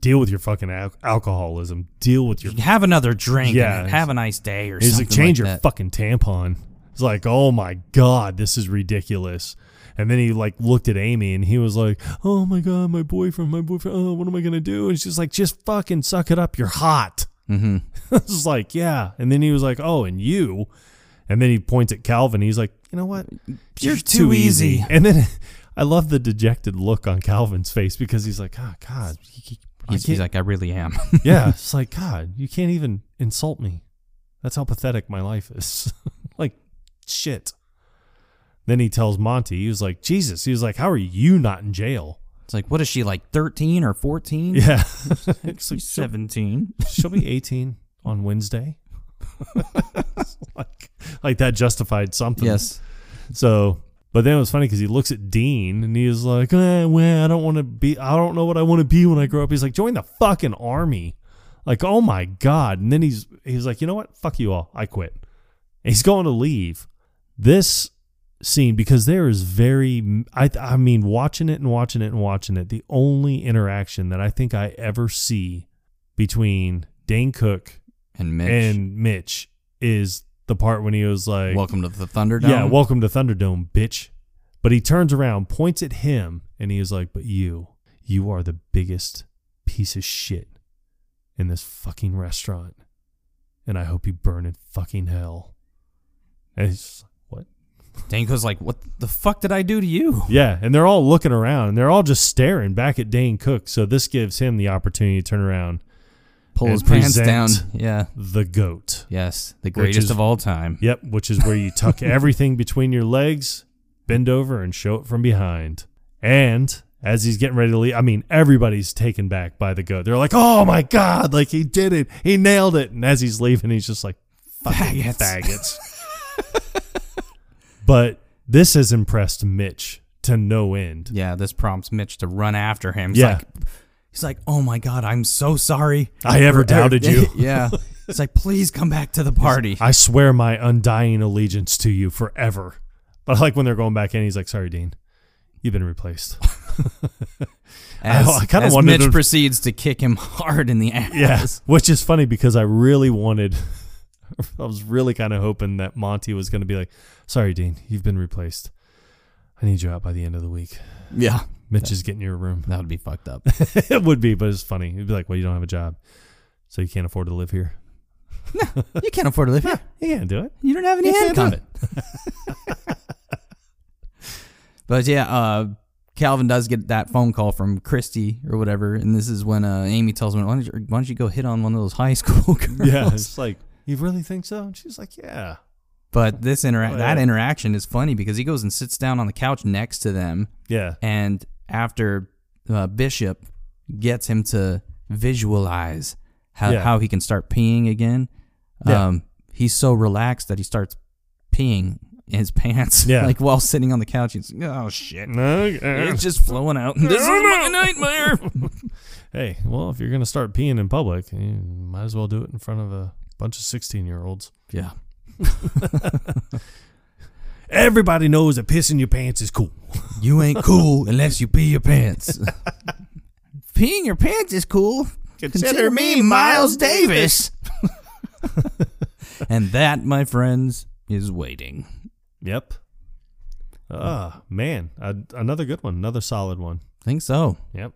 deal with your fucking al- alcoholism, deal with your
have another drink.
Yeah.
and have a nice day or
He's
something.
like,
like
change your
that.
fucking tampon. It's like, oh my god, this is ridiculous. And then he like looked at Amy and he was like, oh my god, my boyfriend, my boyfriend. Oh, what am I gonna do? And she's like, just fucking suck it up. You're hot. (laughs) Mm-hmm. it's just like, yeah. And then he was like, oh, and you. And then he points at Calvin. He's like, you know what?
You're too easy.
And then (laughs) I love the dejected look on Calvin's face because he's like, ah, god. I
He's,
can't-
he's like, I really am. (laughs)
yeah, (laughs) it's like God, you can't even insult me. That's how pathetic my life is. (laughs) like shit. Then he tells Monty, he was like, Jesus. He was like, How are you not in jail?
it's like, what is she like, thirteen or fourteen?
(laughs) Yeah, It's like,
She's
she'll, (laughs)
seventeen.
she'll be eighteen on Wednesday. (laughs) like, like that justified something.
Yes.
So, but then it was funny because he looks at Dean and he is like, eh, well, I don't want to be, I don't know what I want to be when I grow up. He's like, join the fucking army. Like, oh my God. And then he's, he's like, you know what? Fuck you all. I quit. And he's going to leave this scene because there is very, I, I mean, watching it and watching it and watching it. The only interaction that I think I ever see between Dane Cook
And Mitch.
and Mitch is the part when he was like,
welcome to the Thunderdome.
yeah, welcome to Thunderdome, bitch. But he turns around, points at him, and he is like, But you, you are the biggest piece of shit in this fucking restaurant. And I hope you burn in fucking hell. And he's just like, what?
Danko's like, what the fuck did I do to you?
Yeah, and they're all looking around and they're all just staring back at Dane Cook. So this gives him the opportunity to turn around
Pull
And
his pants down.
present.
Yeah.
the goat.
Yes. The
Which
greatest
is-
of all time.
Yep, which is where you tuck everything between your legs, bend over, and show it from behind. And as he's getting ready to leave, I mean, everybody's taken back by the goat. They're like, oh my God, like he did it. He nailed it. And as he's leaving, he's just like,
(laughs)
fucking
Faggots.
faggots. but this has impressed Mitch to no end.
Yeah, this prompts Mitch to run after him. He's
Yeah.
like, he's like, oh my god, I'm so sorry.
I ever
for (laughs)
doubted you.
yeah. It's like, please come back to the party.
I swear my undying allegiance to you forever. But I like when they're going back in, he's like, sorry, Dean, you've been replaced.
As,
I kinda
as
wanted
Mitch
to-
proceeds to kick him (laughs) hard in the ass.
Yes. Which is funny because I really wanted, (laughs) I was really kind of hoping that Monty was going to be like, sorry, Dean, you've been replaced. I need you out by the end of the week.
Yeah.
(laughs) Mitch is getting your room.
That would be fucked up.
(laughs) it would be, but it's funny. He'd be like, well, you don't have a job, so you can't afford to live here.
you can't afford to live here.
You can't do it.
You don't have any
Yeah,
hand
yeah,
on it. but yeah, uh, Calvin does get that phone call from Christy or whatever, and this is when uh, Amy tells him, why don't, you, "Why don't you go hit on one of those high (laughs) school girls?"
(laughs) Yeah. It's like, you really think so? And she's like, yeah.
But this intera-
Oh,
that
yeah.
interaction is funny because he goes and sits down on the couch next to them,
Yeah.
and after uh, Bishop gets him to visualize how,
Yeah.
how he can start peeing again,
Yeah.
um, he's so relaxed that he starts peeing in his (laughs) pants,
Yeah.
like while sitting on the couch. He's like, oh shit,
No.
it's just flowing out. This is my nightmare.
Hey, well, if you're going to start peeing in public, you might as well do it in front of a bunch of 16 year olds.
yeah,
Everybody knows that pissing your pants is cool.
you ain't cool unless you pee your pants. (laughs) peeing your pants is cool.
Consider me Miles Davis.
Davis. and that, my friends, is waiting.
Yep. Ah, man, uh, another good one, another solid one.
Think so.
Yep.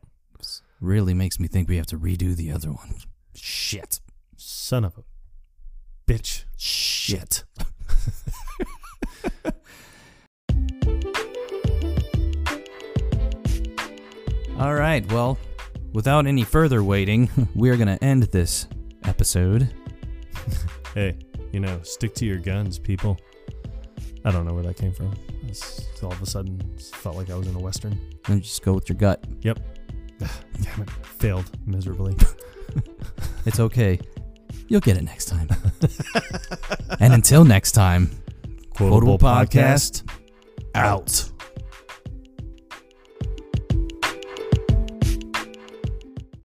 Really makes me think we have to redo the other one. Shit.
Son of a bitch.
Shit. (laughs) All right, well, without any further waiting, (laughs) we are going to end this episode.
Hey, you know, stick to your guns, people. I don't know where that came from. It's, all of a sudden, it felt like I was in a western.
And just go with your gut.
Yep. Damn it, failed
(laughs)
miserably.
It's okay. You'll get it next time. and until next time, Quotable Podcast
out.